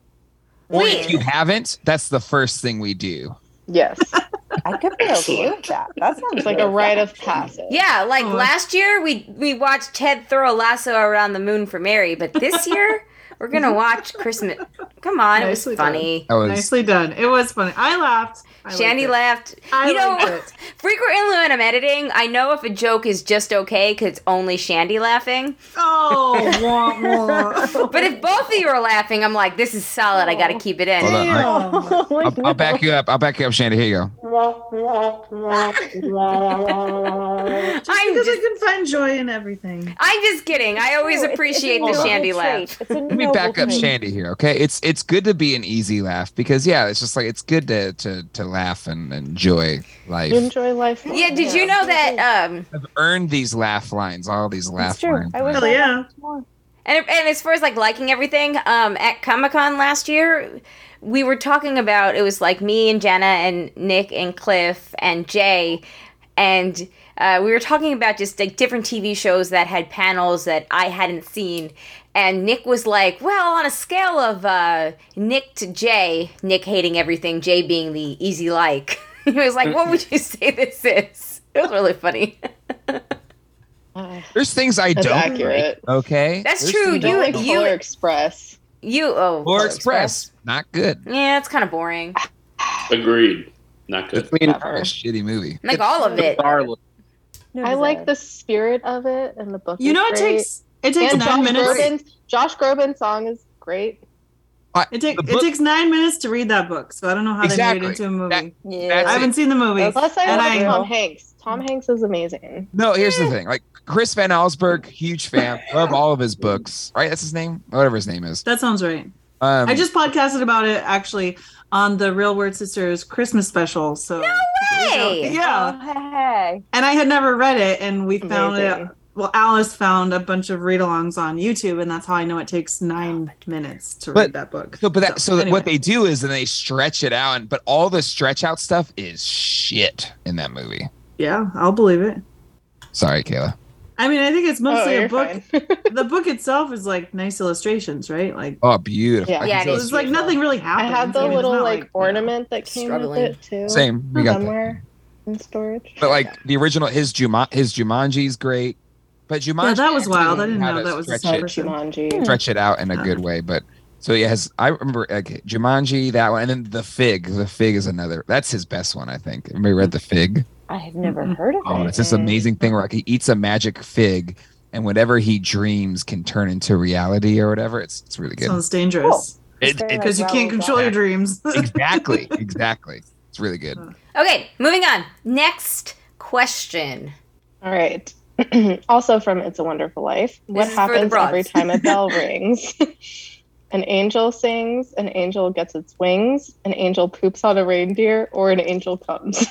Or Wait. if you haven't, that's the first thing we do. Yes. I could be okay Excellent. with that. That sounds It's like a really rite fun. of passage. Yeah, like Oh. last year we we watched Ted throw a lasso around the moon for Mary, but this year We're gonna watch Christmas. Come on, it was Nicely funny. That was Nicely done. It was funny. I laughed. I Shandy liked laughed. it. I you know, liked it. frequently when I'm editing, I know if a joke is just okay because it's only Shandy laughing. Oh, womp womp. But if both of you are laughing, I'm like, this is solid. I got to keep it in. Hold on, I- Oh, my I'll, I'll back you up. I'll back you up, Shandy. Here you go. just I'm because just, I can find joy in everything. I'm just kidding. I always No, it's- appreciate it's a the noble Shandy trait. laugh. It's a Let me noble back up trait. Shandy here, okay? It's it's good to be an easy laugh because yeah, it's just like it's good to to, to laugh and enjoy life. You enjoy life. more. Yeah, did you know that? Um, I've earned these laugh lines, all these laugh true. lines. I was- Hell yeah. And, and as far as like liking everything, um, at Comic Con last year, we were talking about it was like me and Jenna and Nick and Cliff and Jay, and uh, we were talking about just like different TV shows that had panels that I hadn't seen. And Nick was like, "Well, on a scale of uh, Nick to Jay, Nick hating everything, Jay being the easy like." he was like, "What would you say this is?" It was really funny. There's things I That's don't accurate. like, okay? That's There's true. things- You- You like you- Polar Express. You oh, Polar Express, not good. Yeah, it's kind of boring. Agreed. Not It's good. a Whatever. shitty movie. Like It's all of it. bizarre looking. No I like desire. the spirit of it and the book. You is know, it great. takes it takes And nine Josh minutes. Groban's, Josh Groban's song is great. It, take, The it book- takes nine minutes to read that book, so I don't know how they Exactly. made it into a movie. That- Yeah. I haven't seen the movie. That's- Plus, I And love I- Tom Hanks. Tom Hanks is amazing. No, here's the thing. Like Chris Van Allsburg, huge fan. Love all of his books. Right? That's his name? Whatever his name is. That sounds right. Um, I just podcasted about it actually on the Real Word Sisters Christmas special. So Hey. yeah, Oh, hey. and I had never read it, and we found Amazing. it. Well, Alice found a bunch of read-alongs on YouTube, and that's how I know it takes Oh, nine minutes to But- read that book. So, but that, so, that what anyway. they do is then they stretch it out, and but all the stretch out stuff is shit in that movie. yeah, I'll believe it. Sorry, Kayla. I mean, I think it's mostly oh, a you're book. fine. the book itself is like nice illustrations, right? Like Oh, beautiful. Yeah. I can Yeah, it tell is it's like beautiful. nothing really I happens. had the I mean, it's little not like ornament that came struggling. with it too. Same. We got that. somewhere in storage. But like the original, his Juma, his Jumanji's great, but Jumanji. Yeah, that was actually wild. I knew didn't how know to that was a stretch it, separate show. Jumanji. stretch it out in a good way. But so yeah, has I remember like Jumanji that one, and then the Fig. The Fig is another. That's his best one, I think. Everybody read the Fig? I have never Mm-mm. heard of Oh, it. it's this amazing thing where like, he eats a magic fig, and whatever he dreams can turn into reality or whatever. It's it's really good. Sounds dangerous It- very it- because you Like can't Raoul control your Dahl. dreams. exactly, exactly. It's really good. Okay, moving on. Next question. All right. also from It's a Wonderful Life. What is for the happens broads. every time a bell rings? an angel sings, an angel gets its wings, an angel poops on a reindeer, or an angel comes.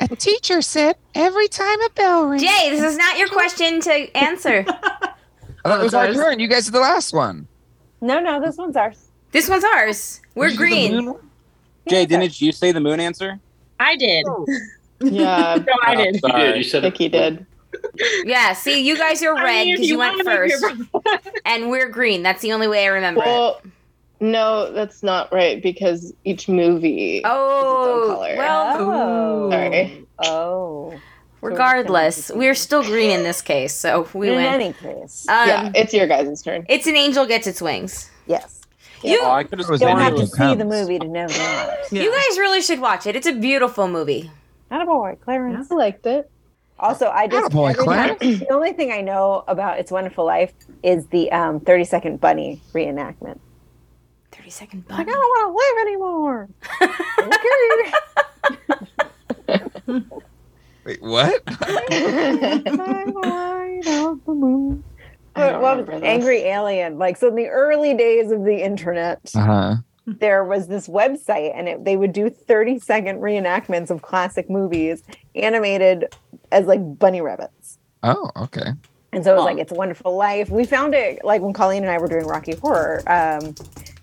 A teacher said every time a bell rings. Jay, this is not your question to answer. I thought it was our Ours. turn. You guys did the last one. No, no, this one's ours. This one's ours. We're green. Jay, didn't you say the moon answer? I did. yeah, No, I did. Oh, You did. You sorry. said it. Vicky did. Yeah, see, you guys are I red mean, if because you went wanna make first, your- and we're green. That's the only way I remember it. Well, no, that's not right because each movie. its own Oh, color. well, Oh. Sorry. Oh. regardless, we're still green in this case, so we in win. any case. Um, yeah, it's your guys' turn. It's an angel gets its wings. yes. Oh, You, I could have It was Don't an sworn have it was to angel. see comes. the movie to know that. Yeah. you guys really should watch it. It's a beautiful movie. Not a boy, Clarence. I liked it. Also, I just Attaboy, every time- the only thing I know about It's Wonderful Life is the um, 30 Second Bunny reenactment. Thirty second Like, bug. I don't want to live anymore. okay. Wait, what? I'm alive out the moon. I What don't what was remember it? this. Angry Alien? Like, so in the early days of the internet, Uh huh. there was this website and it, they would do 30 second reenactments of classic movies animated as like bunny rabbits. Oh, okay. And so it was Huh. like, it's a wonderful life. We found it like when Colleen and I were doing Rocky Horror. Um,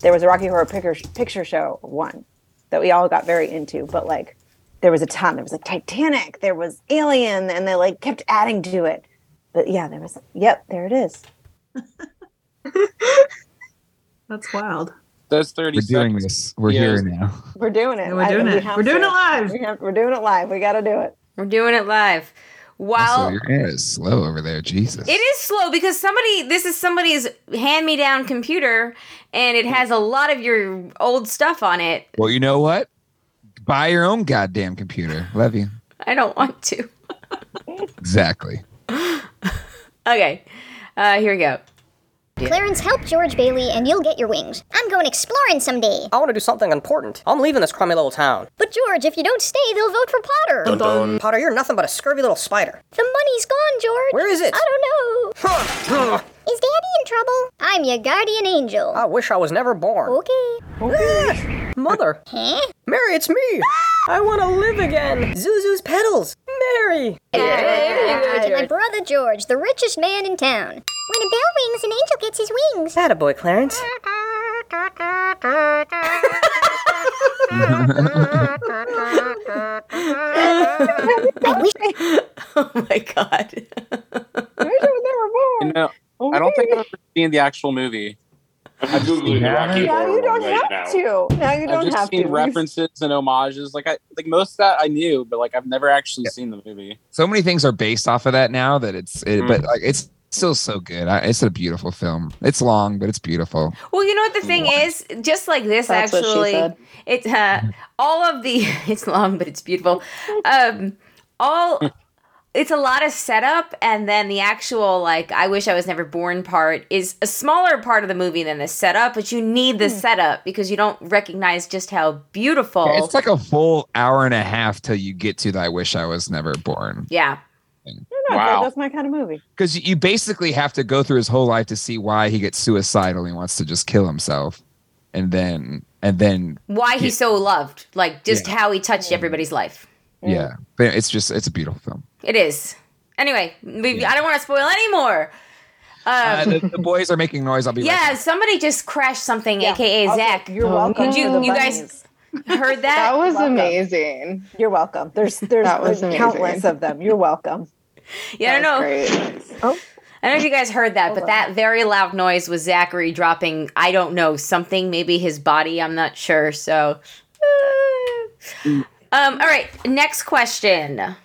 there was a Rocky Horror picture, picture show one that we all got very into, but like there was a ton. There was like Titanic, there was Alien, and they like kept adding to it. But yeah, there was, yep, there it is. That's wild. those 30 We're doing seconds. this. We're Yeah. here now. We're doing it. Yeah, we're doing it. We're doing it live. We have, we're doing it live. We got to do it. We're doing it live. while also, your internet is slow over there. Jesus. It is slow because somebody this is somebody's hand me down computer and it has a lot of your old stuff on it. Well, you know what? Buy your own goddamn computer. Love you. I don't want to. Exactly. Okay. Uh here we go. Clarence, help George Bailey and you'll get your wings. I'm going exploring someday. I want to do something important. I'm leaving this crummy little town. But George, if you don't stay, they'll vote for Potter. The Potter, you're nothing but a scurvy little spider. money's gone, George. Where is it? I don't know. Huh. Is Daddy in trouble? I'm your guardian angel. I wish I was never born. okay. Ah, Mother, Huh? Ah! Mary, it's me. I want to live again. Zuzu's petals. Mary. George, My brother George, the richest man in town. When a bell rings, an angel gets his wings. That a boy, Clarence. I wish Oh my god. I wish I was You never born. know, Oh, I don't think I've really? ever seen the actual movie. I'm googling Rocky Now you Horror don't right have now. to. Now you I've don't just have seen to. references and homages. Like I like most of that I knew, but like I've never actually seen the movie. So many things are based off of that now that it's, it, Mm. but like it's still so good. I, it's a beautiful film. It's long, but it's beautiful. Well, you know what the thing is? Just like this That's what she actually said. it uh, all of the it's long but it's beautiful. Um all it's a lot of setup and then the actual like I wish I was never born part is a smaller part of the movie than the setup, but you need Hmm. the setup because you don't recognize just how beautiful. It's like a full hour and a half till you get to the I Wish I Was Never Born. yeah. No, no, Wow. That's my kind of movie. Because you basically have to go through his whole life to see why he gets suicidal and wants to just kill himself. And then, and then, Why he's so loved, like just Yeah. how he touched Hmm. everybody's life. Mm. yeah. But it's just, it's a beautiful film. It is. Anyway, we, Yeah. I don't want to spoil anymore. Um, Uh, the, the boys are making noise. I'll be yeah, right somebody just crashed something, Yeah, aka Okay, Zach. You're Oh, welcome. no. to You- the you bunnies. guys- Heard that? That was Welcome. amazing. You're welcome. There's there's That was countless amazing. of them. You're welcome. yeah, I don't know. Great. I don't know if you guys heard that, Hold but on. that very loud noise was Zachary dropping. I don't know something, maybe his body. I'm not sure. So, um, all right. Next question.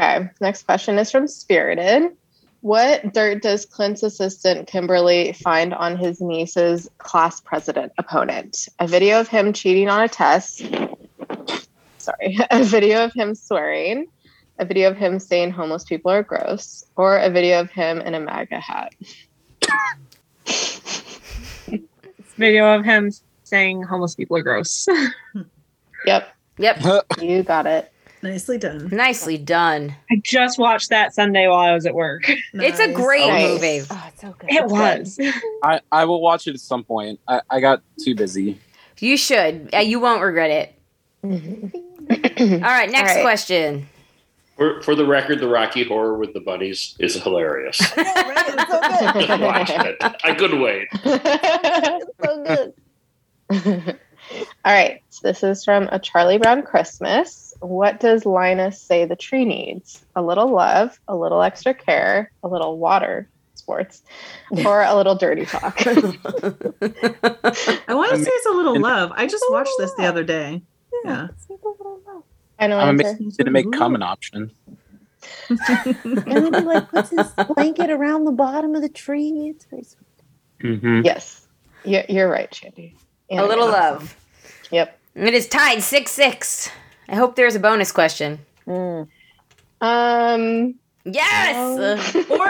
Okay. Next question is from Spirited. What dirt does Clint's assistant Kimberly find on his niece's class president opponent? A video of him cheating on a test. Sorry. A video of him swearing. A video of him saying homeless people are gross, or a video of him in a MAGA hat. video of him saying homeless people are gross. Yep, Yep. back. you got it. Nicely done. Nicely done. I just watched that Sunday while I was at work. It's a Nice. great Nice. movie. Oh, it's so good. It was. I, I will watch it at some point. I, I got too busy. You should. Uh, You won't regret it. Mm-hmm. All right. Next All right. question. For, for the record, the Rocky Horror with the bunnies is hilarious. I know, right? It's so good. Just watch it. I could wait. so good. All right. This is from a Charlie Brown Christmas. What does Linus say the tree needs? A little love, a little extra care, a little water, sports, or a little dirty talk. I want to say it's a little And- love. I just A little watched this the love. other day. Yeah. I know I'm answer. amazed you didn't make cum an option. And then he like puts his blanket around the bottom of the tree. It's very sweet. Mm-hmm. Yes. You're, you're right, Shandy. A little love. Yep. It is tied six six. I hope there's a bonus question. Mm. Hmm. Um, Yes. Uh, Or, Well,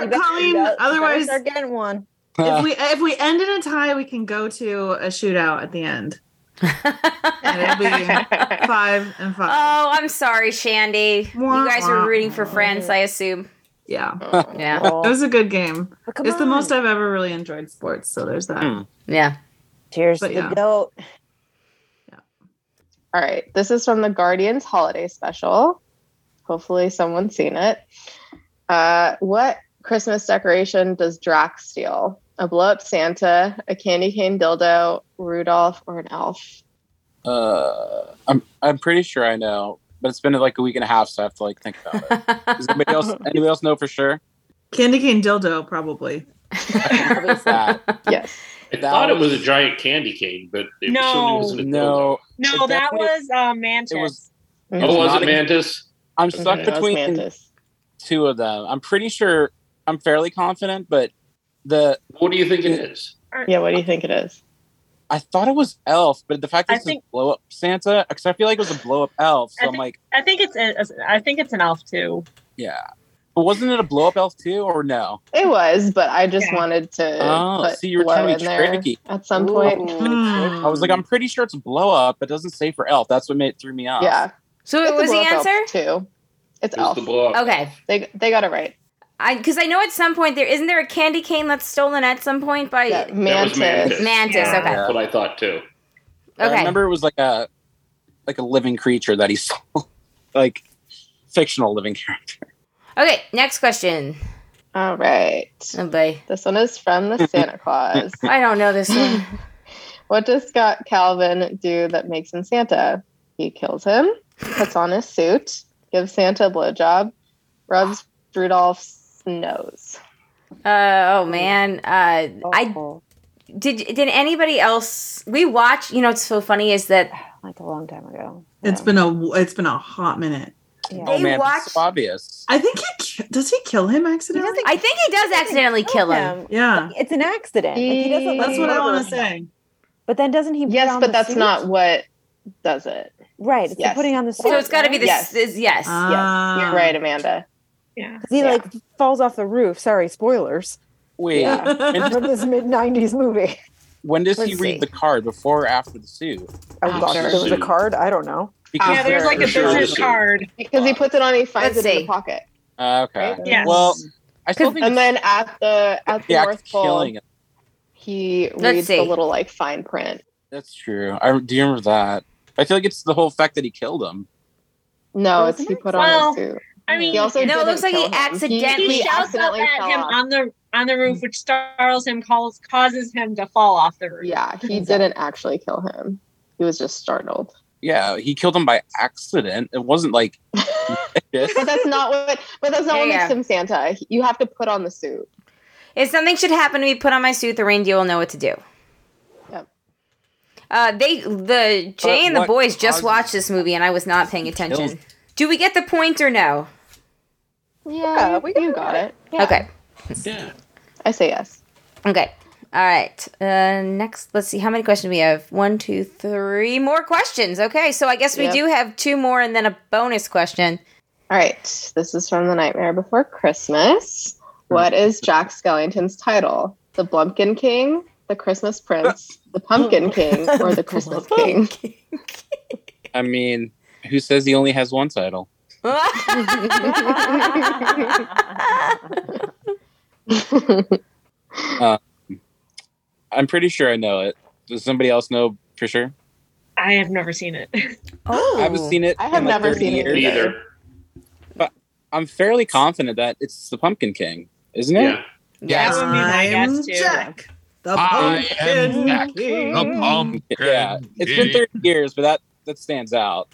or you better- Colleen, you better otherwise, start getting one. if we if we end in a tie, we can go to a shootout at the end. And it'll be five and five. Oh, I'm sorry, Shandy. You guys were rooting for France, I assume. yeah. Yeah. It was a good game. But come It's the on. most I've ever really enjoyed sports, so there's that. Hmm. Yeah. Cheers But to yeah. the goat. All right. This is from the Guardians holiday special. Hopefully, someone's seen it. Uh, what Christmas decoration does Drax steal? A blow up Santa, a candy cane dildo, Rudolph, or an elf? Uh, I'm I'm pretty sure I know, but it's been like a week and a half, so I have to like think about it. Does anybody else anybody else know for sure? Candy cane dildo, probably. That- Yes. I That thought it was a was- giant candy cane, but it No. certainly wasn't a no, No, It that definitely- was uh, Mantis. it was. dildo. Oh, was Not it a- Mantis? I'm stuck That was between Mantis. two of them. I'm pretty sure. I'm fairly confident, but the what do you think it is? Yeah, what do you think it is? I thought it was Elf, but the fact that I it's think- a blow up Santa, because I feel like it was a blow up Elf. So I I'm like, I think it's a- I think it's an elf too. yeah. But wasn't it a blow up Elf too, or no? It was, but I just wanted to Oh, put see, you were blow trying to in be there tricky. at some point. Mm. I was like, I'm pretty sure it's blow up, but it doesn't say for Elf. That's what made threw me off. Yeah. So It's it a was the blow-up elf, answer? too. It's It was elf. the blow-up. Okay. They they got it right. I because I know at some point there isn't there a candy cane that's stolen at some point by That was Mantis. Mantis, okay. That's what I thought too. I Okay. remember it was like a like a living creature that he saw, like fictional living character. Okay, next question. All right. Oh boy. This one is from the Santa Claus. I don't know this one. What does Scott Calvin do that makes him Santa? He kills him, puts on his suit, gives Santa a blowjob, rubs Rudolph's nose. Uh, oh man, uh, I did. Did anybody else? We watch. You know, what's so funny is that like a long time ago. It's been a it's been a hot minute. Oh They man, this watch- is so obvious. I think he ki- does he kill him accidentally? I think he does accidentally kill him. yeah, It's an accident. Like, he doesn't. that's what I murder want him. to say. But then doesn't he? put Yes, on but the that's suit? not what does it. right. It's the Yes. putting on the suit. So it's got to be this. Yes. Is, yes. Ah. Yes, you're right, Amanda. Yeah. 'Cause he yeah. like falls off the roof. Sorry, spoilers. Wait, Yeah. when, From this mid '90s movie. when does he Let's see. read the card? Before or after the suit? Ah, Oh After. gosh, there was a card. I don't know. Because yeah, there's sure. like a For sure, business sure. card. Because he puts it on, he finds Let's it in see. the pocket. Uh, okay. Right? Yes. Well, I still think And it's then at the at the the act North of Pole, killing. it. he Let's reads see. the little like fine print. That's true. I do you remember that. I feel like it's the whole fact that he killed him. No, Oh, it's he isn't it? put on Well, his suit. I mean, He also No, it didn't looks like he kill him. accidentally- he He shouts up accidentally at fell him off. on the on the roof, which startles him, calls causes him to fall off the roof. Yeah, he didn't actually kill him. He was just startled. Yeah, he killed him by accident. It wasn't like malicious. But that's not what. But that's not what Yeah, makes him Santa. You have to put on the suit. If something should happen to me, put on my suit. The reindeer will know what to do. Yep. Uh, they the Jay But and the what boys just causes- watched this movie, and I was not paying Kills. attention. Do we get the point or no? Yeah, Yeah, you- we you got got it. it. Yeah. Okay. Yeah. I say yes. Okay. All right. Uh, next, let's see how many questions we have. One, two, three more questions. Okay, so I guess we Yep. do have two more, and then a bonus question. All right. This is from The Nightmare Before Christmas. What is Jack Skellington's title? The Blumpkin King, the Christmas Prince, the Pumpkin King, or the Christmas King? I mean, who says he only has one title? Um, I'm pretty sure I know it. Does somebody else know for sure? I have never seen it. oh, I haven't seen it. I have in, like, never 30 seen it years. either. Neither. I'm fairly confident that it's the Pumpkin King, isn't it? Yeah. That would be my guess I'm too. Jack. The I am pumpkin Jack. king. The pumpkin. Yeah, it's been 30 years, but that that stands out.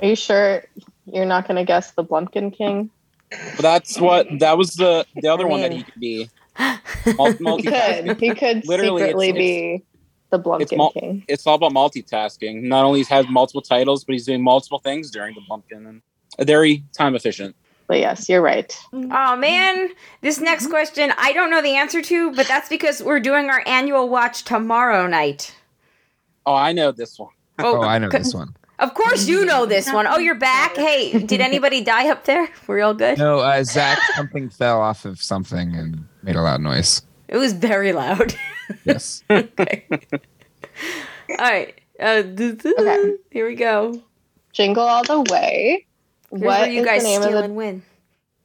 Are you sure you're not going to guess the Blumpkin King? But that's what that was the the other one that mean- he could be. Mul- He could. multitasking. He could Literally, it's- secretly it's- be the Blumpkin mul- King. It's all about multitasking. Not only has multiple titles, but he's doing multiple things during the pumpkin and very time efficient. But yes, you're right. Oh man, this next Mm-hmm. question I don't know the answer to, but that's because we're doing our annual watch tomorrow night. Oh, I know this one. Oh, I know c- this one. Of course you know this one. Oh, you're back. Hey, did anybody die up there? We're all good. No, uh, Zach, something fell off of something and made a loud noise. It was very loud. Yes. okay. all right. Uh, d- d- Okay. Here we go. Jingle all the way. Here's What where you is guys the name steal of the and win.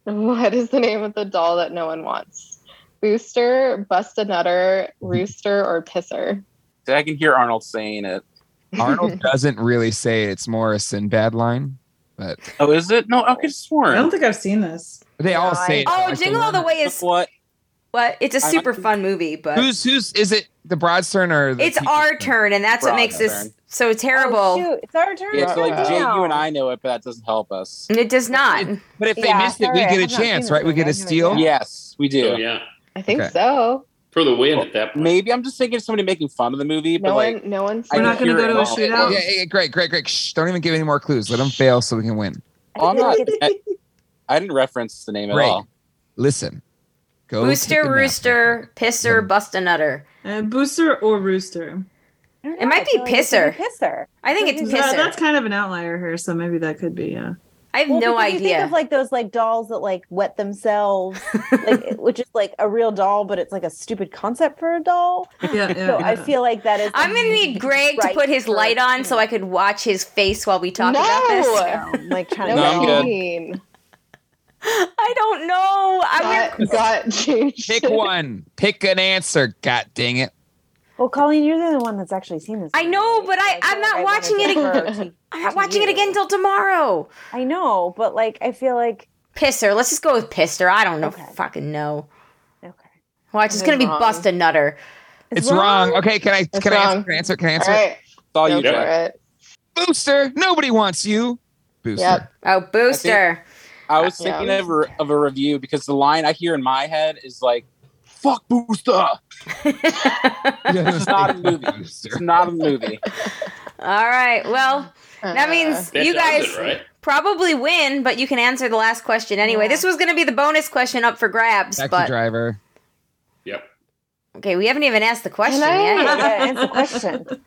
What is the name of the doll that no one wants? Booster, Bust a Nutter, Rooster, or Pisser? I can hear Arnold saying it. Arnold doesn't really say it. it's more a Sinbad line, but Oh, is it? No, I could have I sworn. don't think I've seen this. they all No, I- say it. Oh, Like, Jingle All the one- Way You know is what? what? It's a I- super fun movie, but Who's who's is it? The Broad's turn or the it's teacher's our turn, and that's what Broad makes this turn. so terrible. Oh, shoot. It's our turn. Yeah, so like Wow. Jay, you and I know it, but that doesn't help us. And It does not. It- But if they Yeah, missed it, we sorry, get I a have not seen chance, this right? We movie. get a I have no steal. idea. Yes, we do. So Oh, yeah, I think Okay. so. for the win at that point. Maybe I'm just thinking of somebody making fun of the movie, but No like one, no one. I We're can not going to hear go it to a all. shootout. Yeah, yeah, yeah, great, great, great. Shh, don't even give any more clues. Let them fail so we can win. oh, I'm not. I, I didn't reference the name Greg, at all. Listen, go take a Booster, nap. rooster, pisser, bust a nutter. Uh, booster or rooster? It might be pisser. Pisser. I think it's Yeah, pisser. that's kind of an outlier here, so maybe that could be. Yeah. I have Well, no because You think idea. of like those like dolls that like wet themselves, like, which is like a real doll, but it's like a stupid concept for a doll. Yeah, so I feel like that is. I'm gonna need Greg to right put his for- light on so I could watch his face while we talk about this. no, I'm, like no, trying to. No, I'm get- good. Gene. I don't know. I Got, got changed. Pick one. Pick an answer. God dang it. Well, Colleen, you're the only one that's actually seen this. I movie, know, right? but I- feel I'm not I wanna watching it defer ag- to- I'm not watching it you. again till tomorrow. I know, but like I feel like Pisser. Let's just go with pisser. I don't know. Okay. Fucking know. okay, Watch, it's It gonna is be wrong. bust a nutter. It's wrong. Okay, can I It's can I wrong. answer, can I answer? Can I All answer? right, It's all go you for did. it. Booster. Nobody wants you. Booster. Yep. Oh, booster. I was Yeah. thinking of, a, of a review because the line I hear in my head is like, "Fuck Booster." It's not a movie. It's Booster. not a movie. All right. Well, that Uh, means That you does guys it, right? probably win, but you can answer the last question anyway. Yeah. This was going to be the bonus question up for grabs, Taxi but driver. Yep. okay, we haven't even asked the question Can I- yet. yeah, it's a question.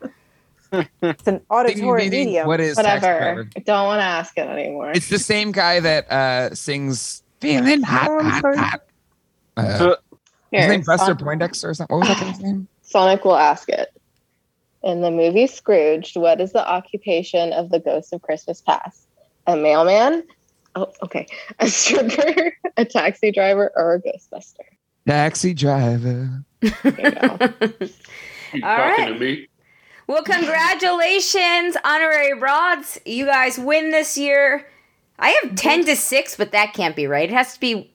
It's an Ding, auditory ding, ding. medium. What is taxi driver? Whatever. I don't want to ask it anymore. It's the same guy that uh, sings "Feeling Hot, Hot, Hot." Uh, Here, his name Buster Son- Poindexter or something. What was that guy's name? Sonic will ask it. In the movie Scrooged, what is the occupation of the ghost of Christmas past? A mailman? Oh, okay. A stripper, a taxi driver, or a ghostbuster? Taxi driver. There you go. You All talking right. to me? Well, congratulations, honorary broads. You guys win this year. I have 10 to 6, but that can't be right. It has to be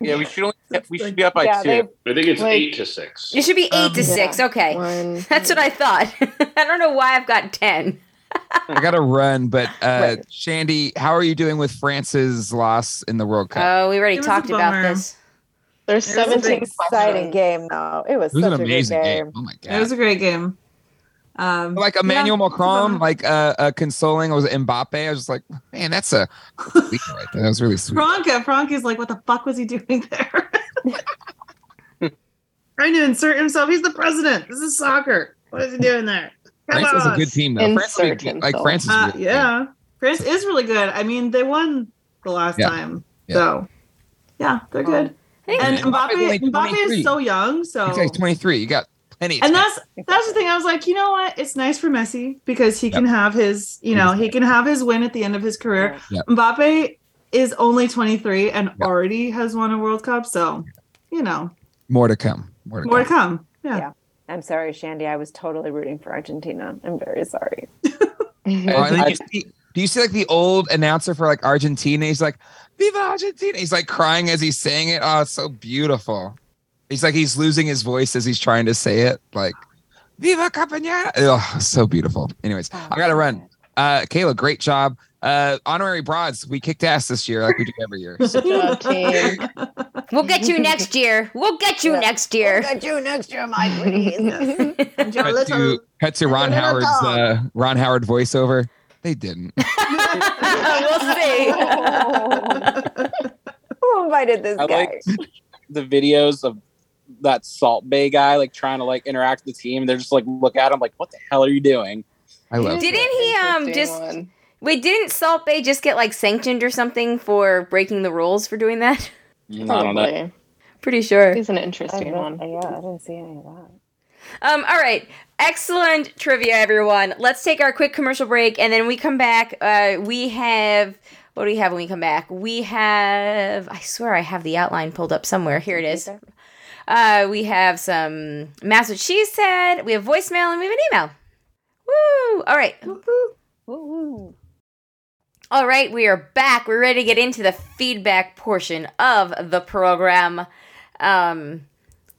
Yeah, we should only we should be up by yeah, two. they I think it's Like- eight to six. It should be 8 Um, to Yeah. 6. Okay. One. That's what I thought. I don't know why I've got 10. I gotta run, but uh, Right. Shandy, how are you doing with France's loss in the World Cup? Oh, we already It was a talked about bummer. this. There's There's a big 17 exciting questions. game though. It was, it was such an a good amazing game. game. Oh my It was god! a great game. Um, Like yeah, Emmanuel it's a Macron, bummer. like uh, uh, consoling was it Mbappe. I was just like, man, that's a that's sweet right there. that was really sweet. Franca, Franca's uh, like, what the fuck was he doing there? Trying to insert himself. He's the president. This is soccer. What is he doing there? Come France is a on. good team though. France is a Insert good, like himself. France is a Uh, good team. yeah, France is really good. I mean, they won the last Yeah. time, Yeah. so yeah, they're good. Thank And you. Mbappe's Mbappe, only Mbappe 23. is so young, so He's like 23. You got plenty. of and time. that's that's the thing. I was like, you know what? It's nice for Messi because he can have his, you know, he can have his win at the end of his career. Yeah. Mbappe is only 23 and Yeah. already has won a World Cup, so you know, more to come. More to more to come. come. Yeah. Yeah. I'm sorry, Shandy. I was totally rooting for Argentina. I'm very sorry. Oh, and then I- you see- do you see like the old announcer for like Argentina? He's like, "Viva Argentina!" He's like crying as he's saying it. Oh, it's so beautiful. He's like he's losing his voice as he's trying to say it. Like, "Viva Campagnana!" Oh, so beautiful. Anyways, I gotta run. Uh, Kayla, great job. Uh, honorary broads, we kicked ass this year like we do every year. So, Good job, team. We'll get you next year. We'll get you Yeah. next year. you next year, my please. And your cut, to, cut to Ron little Howard's dog. uh, Ron Howard voiceover. They didn't. we'll see. Who invited this I guy? like the videos of that Salt Bay guy like trying to like interact with the team. They're just like look at him like, what the hell are you doing? I love. Didn't he, um, Interesting just- one. Wait, didn't Salt Bay just get like sanctioned or something for breaking the rules for doing that? I don't know. Probably. Pretty sure. He's an I interesting don't- one. yeah, I didn't see any of that. Um, all right. Excellent trivia, everyone. Let's take our quick commercial break, and then we come back. Uh, we have what do we have when we come back? We have I swear I have the outline pulled up somewhere. Here it is. Uh, we have some Mass What She Said. We have voicemail, and we have an email. Woo! All right, Woo-woo. all right. We are back. We're ready to get into the feedback portion of the program. Um,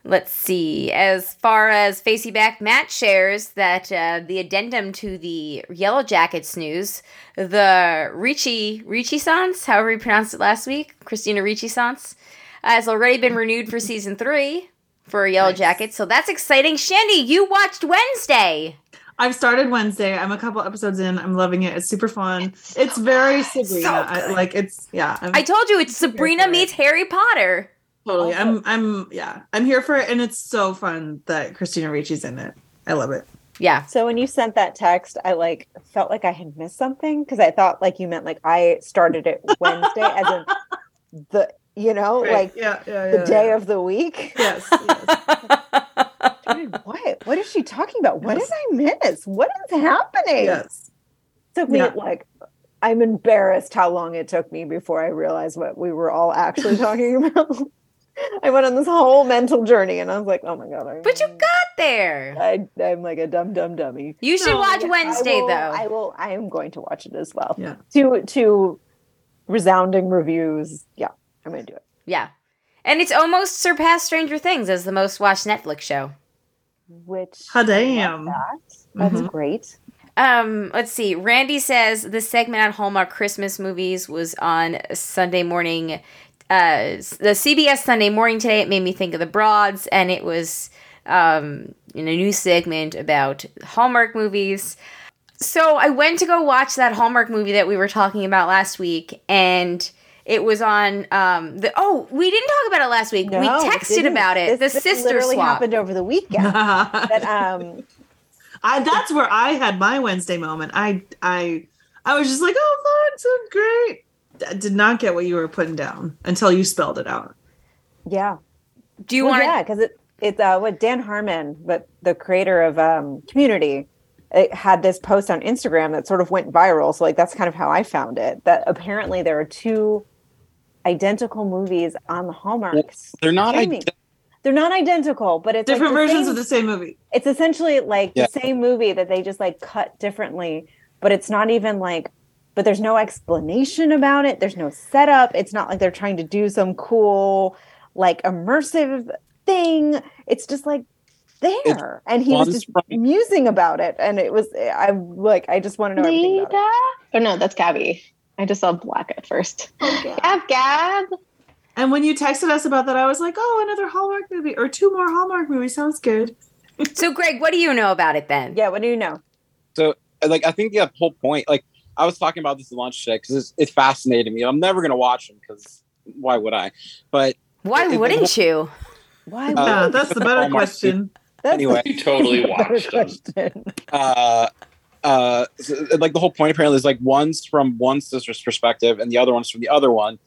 Let's see. As far as Facey Back, Matt shares that uh, the addendum to the Yellow Jackets news, the Ricci Ricci Sans, however you pronounced it last week, Christina Ricci Sans, uh, has already been renewed for season three for Yellow Jackets. So that's exciting. Shandy, you watched Wednesday. I've started Wednesday. I'm a couple episodes in. I'm loving it. It's super fun. It's, very Sabrina. I, like it's yeah. I'm I told you it's Sabrina meets Harry Potter. totally. I'm I'm yeah. I'm here for it, and it's so fun that Christina Ricci's in it. I love it. Yeah. So when you sent that text, I like felt like I had missed something because I thought like you meant like I started it Wednesday as in the you know Right. like Yeah, yeah, the yeah, day yeah. of the week. Yes. Dude, what what is she talking about? What did I miss? What is happening? Yes. took me Yeah. like I'm embarrassed how long it took me before I realized what we were all actually talking about. I went on this whole mental journey and I was like, oh my god, I But you got there. I, I'm like a dumb dumb dummy. You should watch I Wednesday, will- though. I will. I am going to watch it as well. Yeah. To to resounding reviews. Yeah, I'm going to do it. Yeah. And it's almost surpassed Stranger Things as the most watched Netflix show. Which Ha damn. that's Mm-hmm. Mhm. great. Um, let's see. Randy says the segment on Hallmark Christmas movies was on Sunday morning, uh, the CBS Sunday morning today. It made me think of the Broads, and it was um, in a new segment about Hallmark movies. So I went to go watch that Hallmark movie that we were talking about last week, and it was on um, the. Oh, we didn't talk about it last week. we No, texted didn't. about it. This- the this sister literally swap. happened over the weekend. but um, I that's where I had my Wednesday moment. I I I was just like, oh, that's so great. I did not get what you were putting down until you spelled it out. yeah. Do you Well, want to? yeah, because it it's uh, what Dan Harmon, but the creator of um, Community, it had this post on Instagram that sort of went viral. So like that's kind of how I found it. That apparently there are two identical movies on the Hallmark. They're not streaming. They're not identical, but it's like, Different the versions same- of the same movie. It's essentially like Yeah. the same movie that they just like cut differently, but it's not even like. But there's no explanation about it. There's no setup. It's not like they're trying to do some cool, like immersive thing. It's just like there, and he was one's just from- musing about it, and it was. I'm like, I just want to know everything about it. Lita? Oh no, that's Gabby. I just saw black at first. Oh, Gab, Gab. And when you texted us about that, I was like, oh, another Hallmark movie or two more Hallmark movies sounds good. So, Greg, what do you know about it then? Yeah, what do you know? like I think the whole point, like I was talking about this at lunch today because it fascinated me. I'm never gonna watch them because why would I? But Why It- wouldn't you? Why? Uh, yeah, would- that's the better Hallmark question. that's anyway, You totally the better watched them. question. uh, uh, so, like the whole point apparently is like one's from one sister's perspective and the other one's from the other one,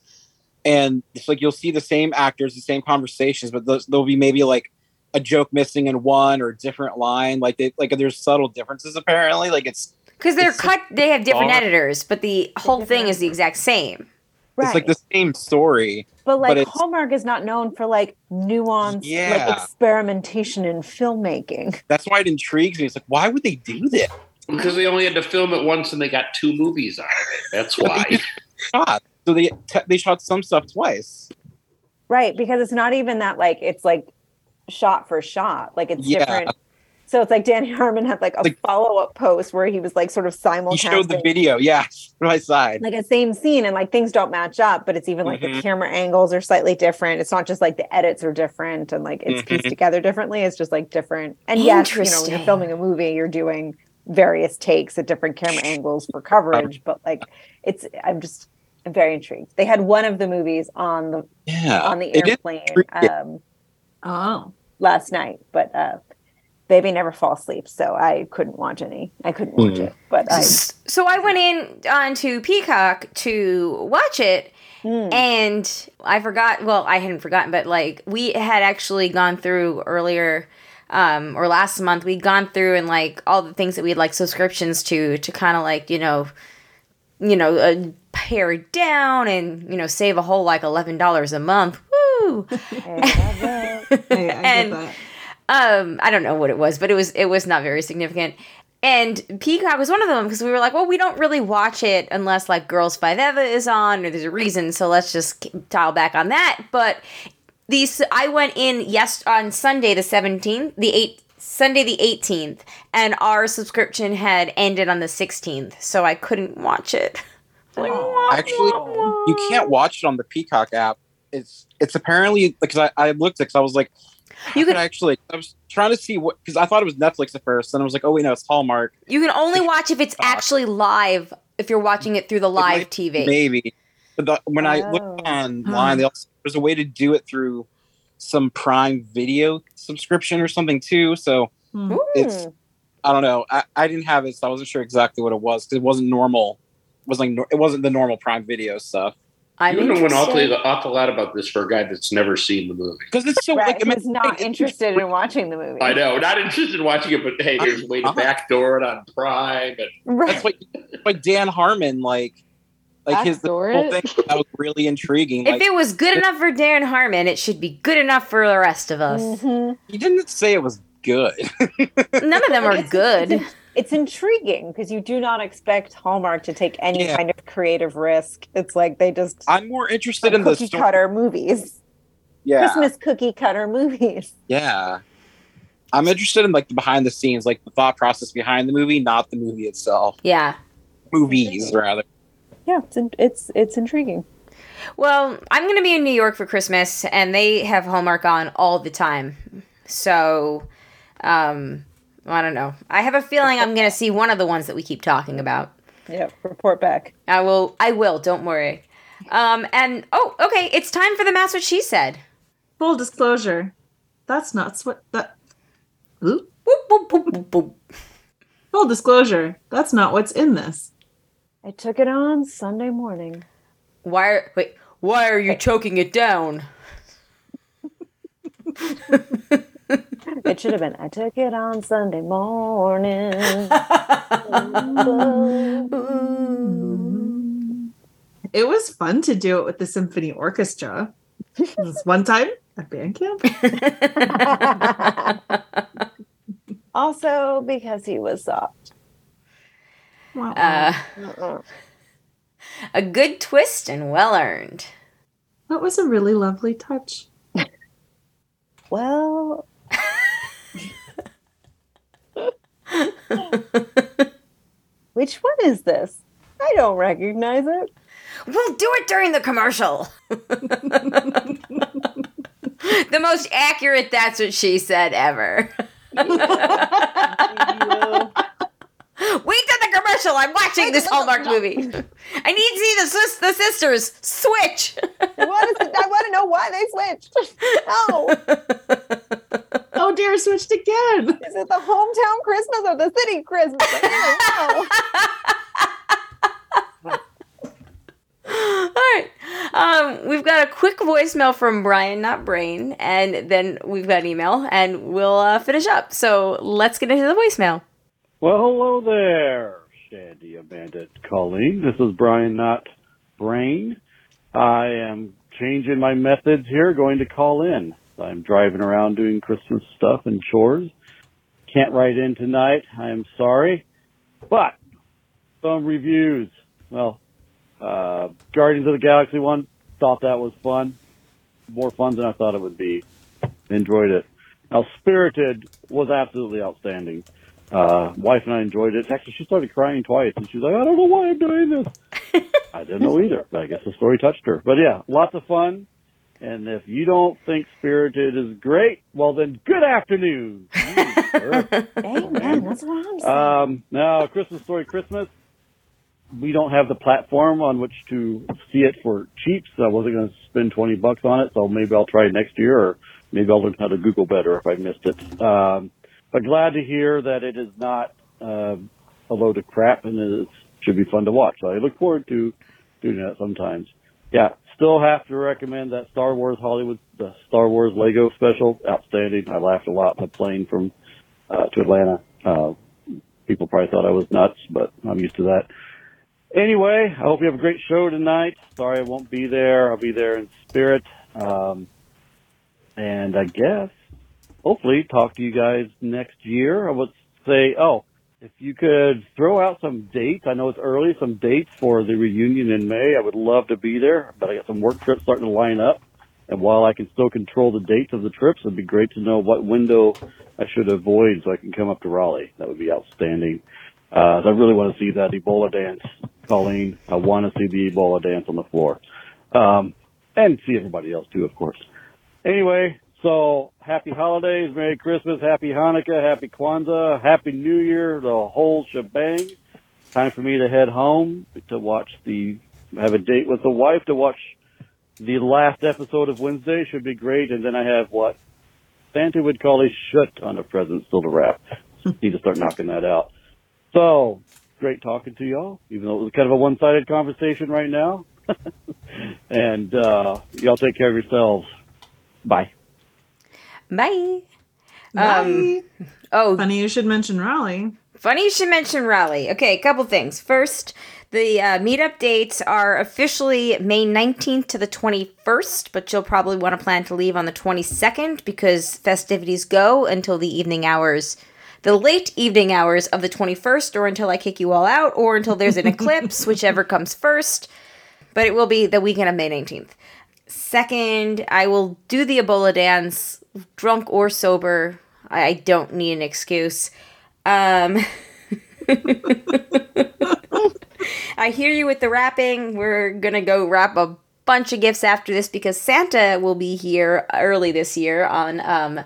and it's like you'll see the same actors, the same conversations, but those, there'll be maybe like a joke missing in one or a different line. Like they like there's subtle differences apparently. Like it's Because they're It's- cut, they have different Bar- editors, but the whole different thing is the exact same. Right. it's like the same story. But like it's- Hallmark is not known for like nuance, Yeah. like experimentation in filmmaking. That's why it intrigues me. It's like why would they do this? Because they only had to film it once and they got two movies out of it. That's why. shot. So they te- they shot some stuff twice. Right. Because it's not even that like it's like shot for shot. Like it's Yeah. different. So it's like Danny Harmon had like a Like- follow up post where he was like sort of You simulcasting showed the video, yeah, by side. like a same scene and like things don't match up, but it's even like the Mhm. camera angles are slightly different. It's not just like the edits are different and like it's pieced Mhm. together differently. It's just like different. And yes, you know, when Interesting. you're filming a movie, you're doing various takes at different camera angles for coverage, but like it's I'm just I'm very intrigued. They had one of the movies on the Yeah, on the They did- airplane intriguing. um Oh. last night, but uh Baby never fall asleep, so I couldn't watch any. I couldn't watch Mm. it, but I S- So I went in onto Peacock to watch it, Mm. and I forgot. Well, I hadn't forgotten, but like we had actually gone through earlier. Um, or last month we'd gone through and like all the things that we had like subscriptions to to kind of like you know you know uh, pare it down and you know save a whole like $11 a month woo I love it. Hey, I And- get that. um i don't know what it was but it was it was not very significant and peacock was one of them because we were like well we don't really watch it unless like girls five eva is on or there's a reason so let's just k- dial back on that but these i went in yes on sunday the 17th the 8th sunday the 18th and our subscription had ended on the 16th so i couldn't watch it Like, wah, Actually, wah, wah. you can't watch it on the Peacock app. It's it's apparently because I, I looked because I was like, You could actually. I was trying to see what because I thought it was Netflix at first, and I was like, oh wait, no, it's Hallmark. You can only watch if it's actually live. If you're watching it through the live TV, Maybe. Oh. But the, when I looked online, they also, there's a way to do it through some Prime Video subscription or something too. So it's I don't know. I, I didn't have it, so I wasn't sure exactly what it was 'cause it wasn't normal. It was like nor- it wasn't the normal Prime Video stuff. I'm you don't know an awful, awful lot about this for a guy that's never seen the movie. Because it's so Brad was not interested in watching the movie. I know, not interested in watching it, but hey, there's a way to Uh-huh. backdoor it on Prime. And That's why, that's why Dan Harmon, like, like his the Backdoor whole it? thing that was really intriguing. if like, it was good enough for Darren Harmon, it should be good enough for the rest of us. Mm-hmm. he didn't say it was good. None of them are good. It's intriguing because you do not expect Hallmark to take any kind of creative risk. It's like they just I'm more interested in the cookie story- cutter movies. Yeah, Christmas cookie cutter movies. yeah. I'm interested in like the behind the scenes, like the thought process behind the movie, not the movie itself. Yeah. Movies rather. Yeah, it's in- it's it's intriguing. Well, I'm going to be in New York for Christmas, and they have Hallmark on all the time. So, um, I don't know. I have a feeling I'm going to see one of the ones that we keep talking about. Yeah, report back. I will. I will. Don't worry. Um, and oh, okay. It's time for the mass. What she said. Full disclosure, that's not what that. Oop. Full disclosure, that's not what's in this. I took it on Sunday morning. Why? Are, wait. Why are you choking it down? It should have been I took it on Sunday morning. It was fun to do it with the symphony orchestra. this one time at band camp. also because he was soft. Uh, a good twist and well earned. That was a really lovely touch. well, which one is this? I don't recognize it. We'll do it during the commercial. the most accurate that's what she said ever. Wait till the commercial. I'm watching this Hallmark movie. I need to see the, sis- the sisters switch. What is it? I want to know why they switched. No. Oh dear, switched again. Is it the hometown Christmas or the city Christmas? All right. Um, we've got a quick voicemail from Brian, not Brain, and then we've got an email, and we'll uh, finish up. So let's get into the voicemail. Well, hello there, Shandy, Amanda, Colleen. This is Brian Not Brain. I am changing my methods here, going to call in. I'm driving around doing Christmas stuff and chores. Can't write in tonight. I am sorry. But some reviews. Well, uh, Guardians of the Galaxy one, thought that was fun. More fun than I thought it would be. Enjoyed it. Now, Spirited was absolutely outstanding. Uh, wife and I enjoyed it. Actually, she started crying twice, and she's like, "I don't know why I'm doing this." I didn't know either, but I guess the story touched her. But yeah, lots of fun. And if you don't think Spirited is great, well then, good afternoon. Amen. That's what I'm saying. Um, now, Christmas Story Christmas. We don't have the platform on which to see it for cheap, so I wasn't going to spend 20 bucks on it, so maybe I'll try it next year, or maybe I'll learn how to Google better if I missed it. Um, but glad to hear that it is not uh, a load of crap and it should be fun to watch. So I look forward to doing that sometimes. Yeah, still have to recommend that Star Wars Hollywood, the Star Wars Lego special. Outstanding. I laughed a lot on the plane from uh, to Atlanta. Uh, people probably thought I was nuts, but I'm used to that. Anyway, I hope you have a great show tonight. Sorry I won't be there. I'll be there in spirit. Um, and I guess hopefully talk to you guys next year. I would say, oh, if you could throw out some dates, I know it's early, some dates for the reunion in May. I would love to be there, but I got some work trips starting to line up. And while I can still control the dates of the trips, it'd be great to know what window I should avoid so I can come up to Raleigh. That would be outstanding. Uh, I really want to see that Ebola dance, Colleen. I want to see the Ebola dance on the floor. Um, and see everybody else too, of course. Anyway, So happy holidays, Merry Christmas, Happy Hanukkah, Happy Kwanzaa, Happy New Year, the whole shebang. Time for me to head home to watch the have a date with the wife to watch the last episode of Wednesday. Should be great. And then I have what Santa would call a shit ton of presents still to wrap. Need to start knocking that out. So great talking to y'all, even though it was kind of a one-sided conversation right now. and uh, y'all take care of yourselves. Bye. Bye. Bye. oh, funny you should mention Raleigh. Funny you should mention Raleigh. Okay, a couple things. First, the uh, meetup dates are officially May 19th to the 21st, but you'll probably want to plan to leave on the 22nd because festivities go until the evening hours, the late evening hours of the 21st, or until I kick you all out, or until there's an eclipse, whichever comes first. But it will be the weekend of May 19th. Second, I will do the Ebola dance, drunk or sober. I I don't need an excuse. Um, I hear you with the wrapping. We're going to go wrap a bunch of gifts after this because Santa will be here early this year on um,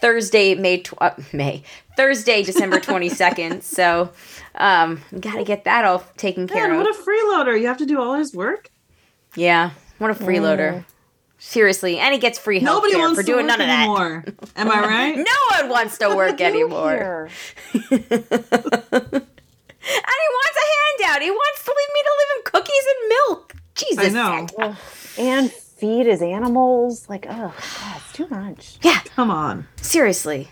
Thursday, May tw- uh, May Thursday, December 22nd. so, um got to get that all taken care Man, of. what a freeloader! You have to do all his work. yeah. What a freeloader. Seriously, and he gets free health Nobody wants for to doing work none of that. anymore. Am I right? no one wants to work anymore. And he wants a handout. He wants to leave me to leave him cookies and milk. Uh, Jesus. Ugh. And feed his animals. Like, oh, God, it's too much. Yeah. Come on. Seriously.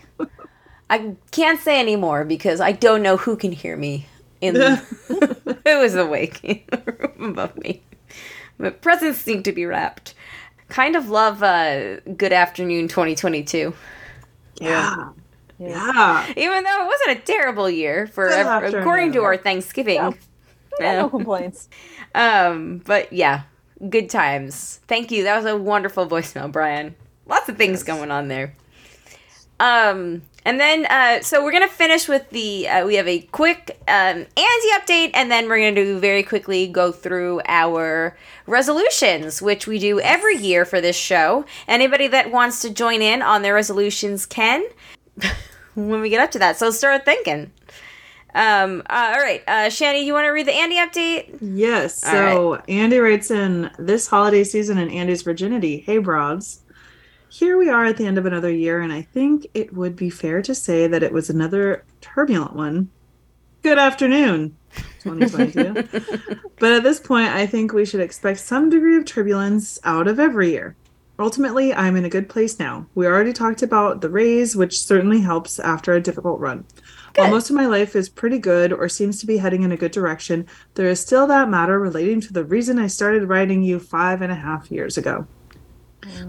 I can't say anymore because I don't know who can hear me. In it was awake in the room above me. But presents seem to be wrapped. Kind of love uh, Good Afternoon 2022. Yeah. Yeah. Even though it wasn't a terrible year for Good ev- afternoon. according to our Thanksgiving. Yeah, no complaints. um, but yeah, good times. Thank you. That was a wonderful voicemail, Brian. Lots of things going on there. Um, and then uh, so we're gonna finish with the uh, we have a quick um, Anzi update, and then we're gonna do very quickly go through our resolutions, which we do every year for this show. Anybody that wants to join in on their resolutions can when we get up to that. So start thinking. Um, uh, all right, uh, Shani, you want to read the Andy update? Yes. All So Andy writes in this holiday season in Andy's virginity. Hey, broads. Here we are at the end of another year, and I think it would be fair to say that it was another turbulent one. Good afternoon, 2022. but at this point, I think we should expect some degree of turbulence out of every year. Ultimately, I'm in a good place now. We already talked about the raise, which certainly helps after a difficult run. While most of my life is pretty good or seems to be heading in a good direction, there is still that matter relating to the reason I started writing you five and a half years ago.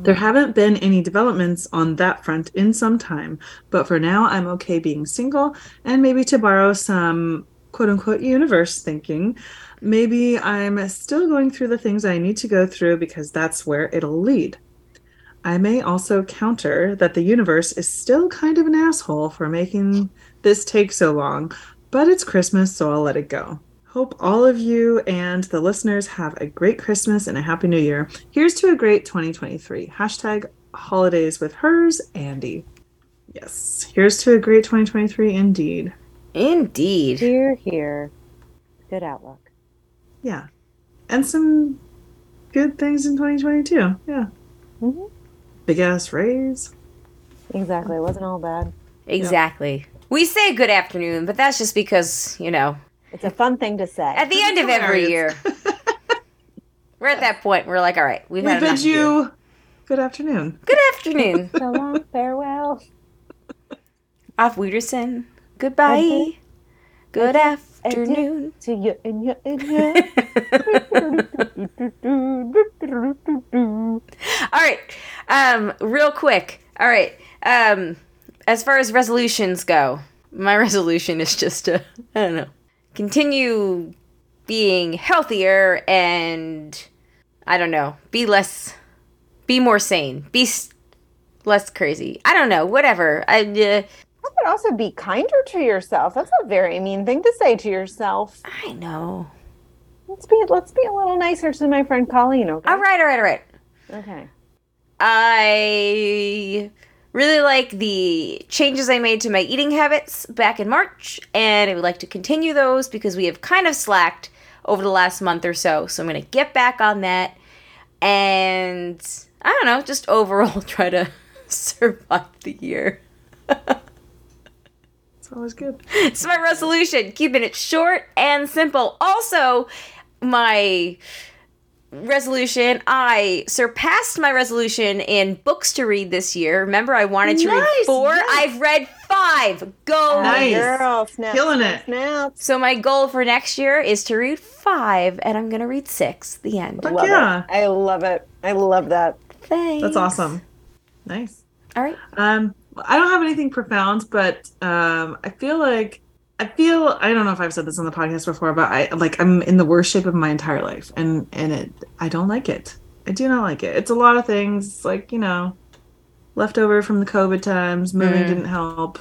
There haven't been any developments on that front in some time, but for now I'm okay being single and maybe to borrow some quote unquote universe thinking, maybe I'm still going through the things I need to go through because that's where it'll lead. I may also counter that the universe is still kind of an asshole for making this take so long, but it's Christmas, so I'll let it go. Hope all of you and the listeners have a great Christmas and a happy new year. Here's to a great 2023. Hashtag holidays with hers, Andy. Yes, here's to a great 2023 indeed. Indeed. Here, here. Good outlook. Yeah. And some good things in 2022. Yeah. Mhm. Big ass raise. Exactly. It wasn't all bad. Exactly. We say good afternoon, but that's just because, you know, It's a fun thing to say. at the end of every year, we're at that point. We're like, all right, we've we had enough bid of you. you good afternoon. Good afternoon. So long, farewell. Auf Wiedersehen. Goodbye. Good afternoon. To you and you and you. All right. Um, real quick. All right. Um, as far as resolutions go, my resolution is just to, I don't know, continue being healthier and, I don't know, be less, be more sane, be s- less crazy. I don't know, whatever. I, uh, But also be kinder to yourself. That's a very mean thing to say to yourself. I know. Let's be let's be a little nicer to my friend Colleen. Okay. All right, all right, all right. Okay. I really like the changes I made to my eating habits back in March, and I would like to continue those because we have kind of slacked over the last month or so. So I'm going to get back on that and I don't know, just overall try to survive the year. It's always good. it's my resolution keeping it short and simple also my resolution i surpassed my resolution in books to read this year remember i wanted to read Nice, four yes. i've read five go Nice. Girl, snap, Killing snap, it. snap. so my goal for next year is to read five and i'm gonna read six the end Fuck Love yeah. it. I love it. I love that. Thanks. That's awesome. Nice. all right Um, I don't have anything profound, but um, I feel like I feel I don't know if I've said this on the podcast before, but I like I'm in the worst shape of my entire life, and and it I don't like it. I do not like it. It's a lot of things, like you know, left over from the COVID times. Moving Mm. didn't help.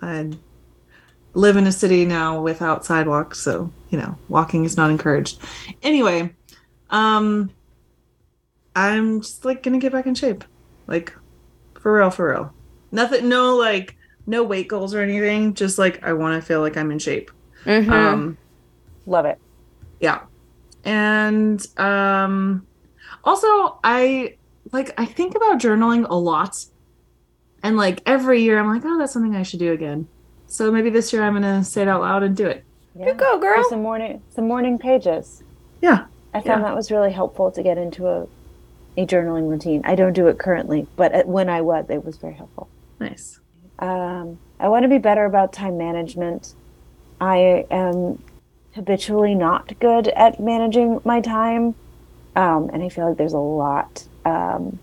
I live in a city now without sidewalks, so you know, walking is not encouraged. Anyway, um, I'm just like gonna get back in shape, like for real, for real. Nothing, no like no weight goals or anything. Just like I want to feel like I'm in shape. Mhm. Um, Love it. yeah, and um, also I like I think about journaling a lot, and like every year I'm like, oh, that's something I should do again. So maybe this year I'm gonna say it out loud and do it. Yeah. go girl Some morning, some morning pages. Yeah, I found Yeah. that was really helpful to get into a, a journaling routine. I don't do it currently, but uh, when I was, it was very helpful. nice. Um, I want to be better about time management. I am habitually not good at managing my time, um, and I feel like there's a lot, um,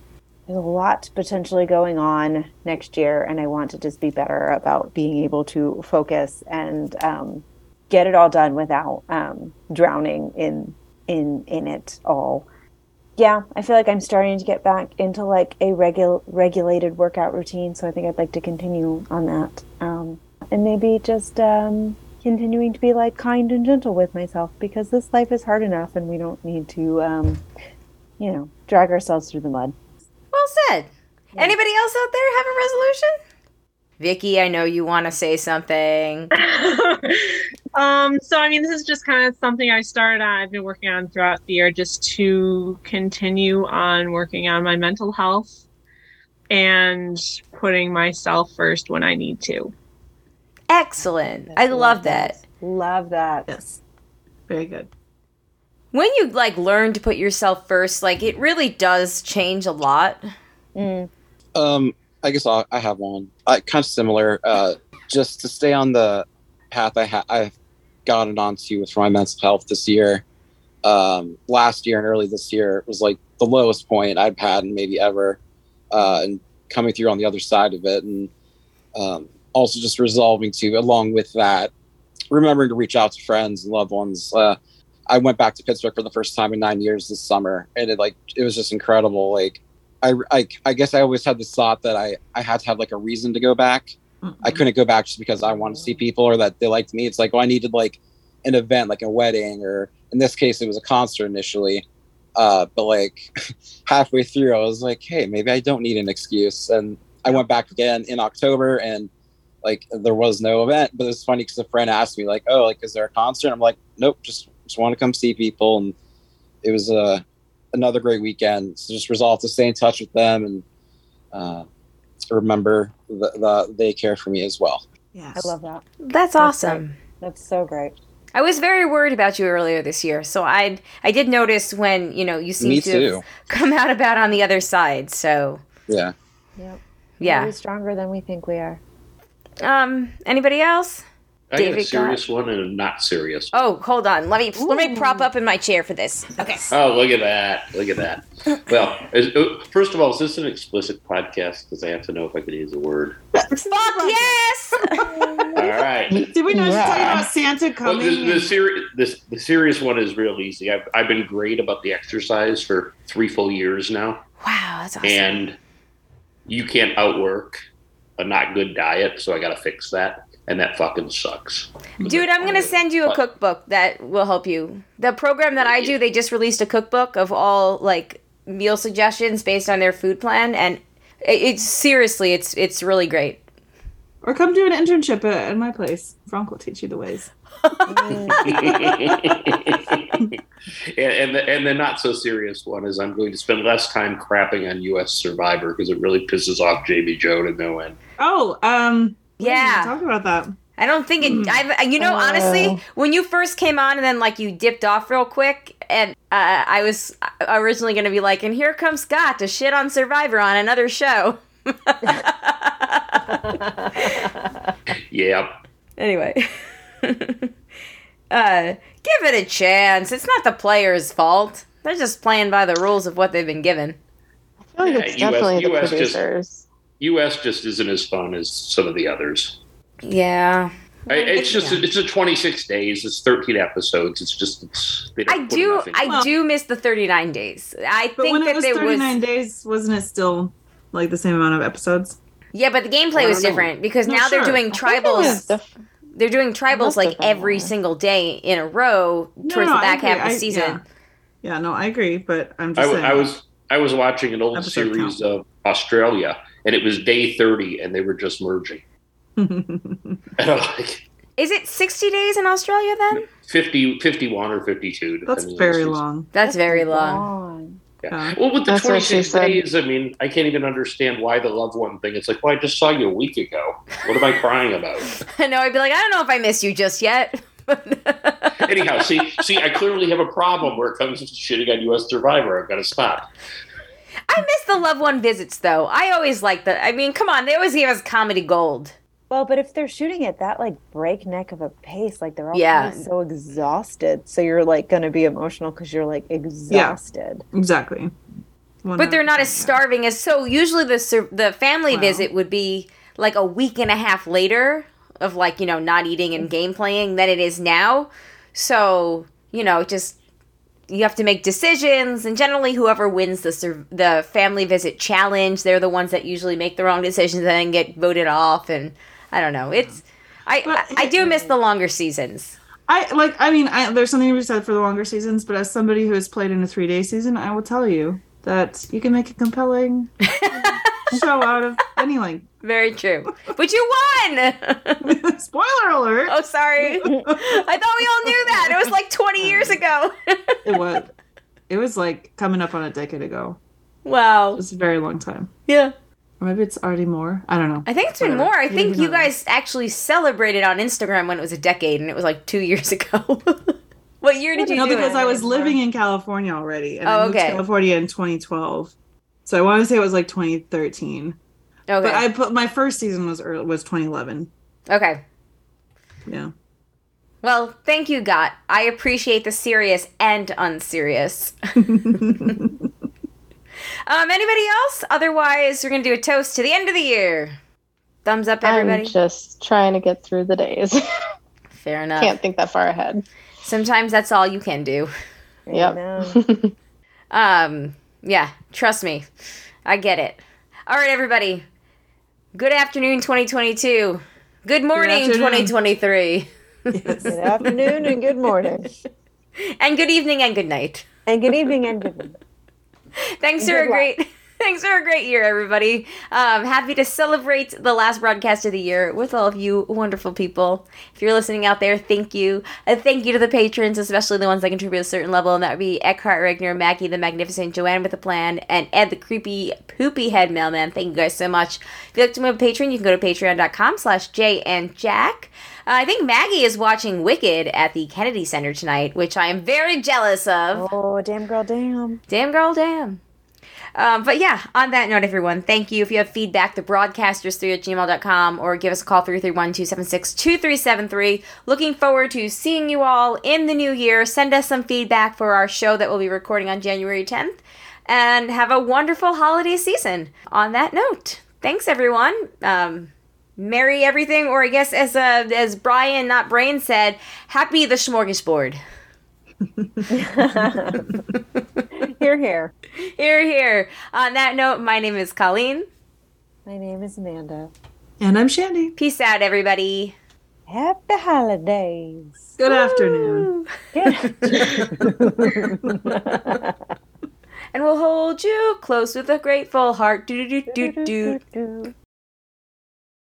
there's a lot potentially going on next year, and I want to just be better about being able to focus and um, get it all done without um, drowning in in in it all. Yeah, I feel like I'm starting to get back into like a regul regulated workout routine, so I think I'd like to continue on that. Um, and maybe just um, continuing to be like kind and gentle with myself because this life is hard enough, and we don't need to, um, you know, drag ourselves through the mud. well said anybody else out there have a resolution vicky i know you want to say something um, so I mean, this is just kind of something I started on. I've been working on throughout the year, just to continue on working on my mental health and putting myself first when I need to. excellent i love that Love that. Yes, very good. when you like learn to put yourself first like it really does change a lot Mm. Um, I guess i I have one. I, kind of similar. Uh, just to stay on the path I ha- I've gotten onto with my mental health this year. Um, last year and early this year was like the lowest point I've had in maybe ever, uh, and coming through on the other side of it, and um, also just resolving to along with that, remembering to reach out to friends and loved ones. Uh, I went back to Pittsburgh for the first time in nine years this summer, and it like it was just incredible. Like I, I, I guess I always had this thought that I, I had to have like a reason to go back. I couldn't go back just because I wanted to see people or that they liked me. It's like, well, I needed like an event, like a wedding, or in this case, it was a concert initially. Uh, but like halfway through, I was like, hey, maybe I don't need an excuse. And I went back again in October and like there was no event. But it's funny because a friend asked me, like, oh, like, is there a concert? I'm like, nope, just, just want to come see people. And it was, uh, another great weekend. So just resolve to stay in touch with them and uh, remember that the, they care for me as well. Yes. I love that. that's awesome That's so great. i was very worried about you earlier this year so i i did notice when you know you seem Me to too. have come out about on the other side so Yeah. Yep. yeah We're stronger than we think we are. um anybody else I got a David serious one and a not serious. one. oh hold on let me let me prop up in my chair for this okay Oh, look at that! Look at that. Well, is, uh, first of all, is this an explicit podcast? Because I have to know if I could use a word. fuck yes All right. Did we know she's talking Yeah. about Santa Well, coming? the, the, and- seri- this, the serious one is real easy. I've, I've been great about the exercise for three full years now. wow that's awesome and you can't outwork a not good diet, so I got to fix that, and that fucking sucks. Dude, I'm gonna send you a cookbook that will help you. The program that I do, they just released a cookbook of all like meal suggestions based on their food plan, and it- it's seriously, it's it's really great. Or come do an internship at, at my place. Frank will teach you the ways. and, and, the, and the not so serious one is I'm going to spend less time crapping on U.S. Survivor because it really pisses off JB Joe to no end. Oh, um, yeah, talk about that. Hmm. I don't think it. I've you know Uh. honestly, when you first came on and then like you dipped off real quick, and uh, I was originally going to be like, and here comes Scott to shit on Survivor on another show. Yeah. Anyway, uh, give it a chance. It's not the players' fault. They're just playing by the rules of what they've been given. I feel like Yeah, it's US definitely the US just- producers. U.S. just isn't as fun as some of the others. Yeah. I, it's just it's a 26 days. It's 13 episodes. It's just it's, they don't I put do. enough in. I do miss the thirty nine days. I But think when that it was there was 39 days, wasn't it still like the same amount of episodes? Yeah, but the gameplay I was don't know. different because No, now they're sure. doing I think it was tribals. They're doing tribals like every single day in a row towards the no, I back half agree. of the I- season. yeah. Yeah, no, I agree, but I'm I, just w- saying. I was I was watching an old series of Australia, and it was day 30, and they were just merging. And I'm like Is it sixty days in Australia then? 50, 51 or 52. That's depending on very the season. long. That's very long. Yeah. Well, with the That's what she 26 said. days, I mean, I can't even understand why the loved one thing. It's like, well, I just saw you a week ago. What am I crying about? I know. I'd be like, I don't know if I miss you just yet. Anyhow, see, see, I clearly have a problem where it comes to shitting on U.S. Survivor. I've got to stop. I miss the loved one visits though. I always like the. I mean, come on, they always give us comedy gold. Well, but if they're shooting at that like breakneck of a pace, like they're all Yeah. probably so exhausted, so you're like going to be emotional because you're like exhausted. Exactly. but they're not as starving as so. Usually, the sur- the family visit would be like a week and a half later of like you know not eating and game playing than it is now. So you know, just you have to make decisions, and generally, whoever wins the sur- the family visit challenge, they're the ones that usually make the wrong decisions and then get voted off. And I don't know, it's I I, I do miss the longer seasons. I like. I mean, I, there's something to be said for the longer seasons, but as somebody who has played in a three day season, I will tell you that you can make a compelling show out of any length. Very true. But you won! Spoiler alert! Oh, sorry. I thought we all knew that. It was like 20 years ago. It was. It was like coming up on a decade ago. Wow, it's a very long time. Oh. Yeah. Or maybe it's already more. I don't know. I think it's been Whatever. more. I didn't think even you know that. guys actually celebrated on Instagram when it was a decade, and it was like two years ago. what year did you No, do because it? I was living in California already, and Oh, I moved okay. to California in 2012. So I want to say it was like 2013. Okay. Okay. But I put my first season was early, was 2011. Okay. Yeah. Well, thank you, Got. I appreciate the serious and unserious. um, anybody else? Otherwise, we're gonna do a toast to the end of the year. Thumbs up, everybody. I'm just trying to get through the days. Fair enough. Can't think that far ahead. Sometimes that's all you can do. Yep. Um, yeah, trust me. I get it. All right, everybody. Good afternoon, 2022. Good morning, afternoon. 2023. Good afternoon and good morning. And good evening and good night. And good evening and good night. Thanks for Good a great. Thanks for a great year, everybody. Um, happy to celebrate the last broadcast of the year with all of you wonderful people. If you're listening out there, thank you. A thank you to the patrons, especially the ones that contribute a certain level, and that would be Eckhart Regner, Maggie the Magnificent, Joanne with a Plan, and Ed the Creepy Poopy Head Mailman. Thank you guys so much. If you'd like to become a patron, you can go to patreon.com slash J and Jack. Uh, I think Maggie is watching Wicked at the Kennedy Center tonight, which I am very jealous of. Oh, damn girl, damn. Damn girl, damn. Um, but yeah, on that note, everyone, thank you. If you have feedback, the broadcasters through at gmail.com or give us a call 331 276 2373. Looking forward to seeing you all in the new year. Send us some feedback for our show that we'll be recording on January 10th. And have a wonderful holiday season. On that note, thanks, everyone. Um, merry everything, or I guess as uh, as Brian, not Brain, said, happy the smorgasbord. Here, here. Here, here. On that note, my name is Colleen. My name is Amanda. And I'm Shandy. Peace out, everybody. Happy holidays. Good afternoon. And will hold you close with a grateful heart. Do do do do do.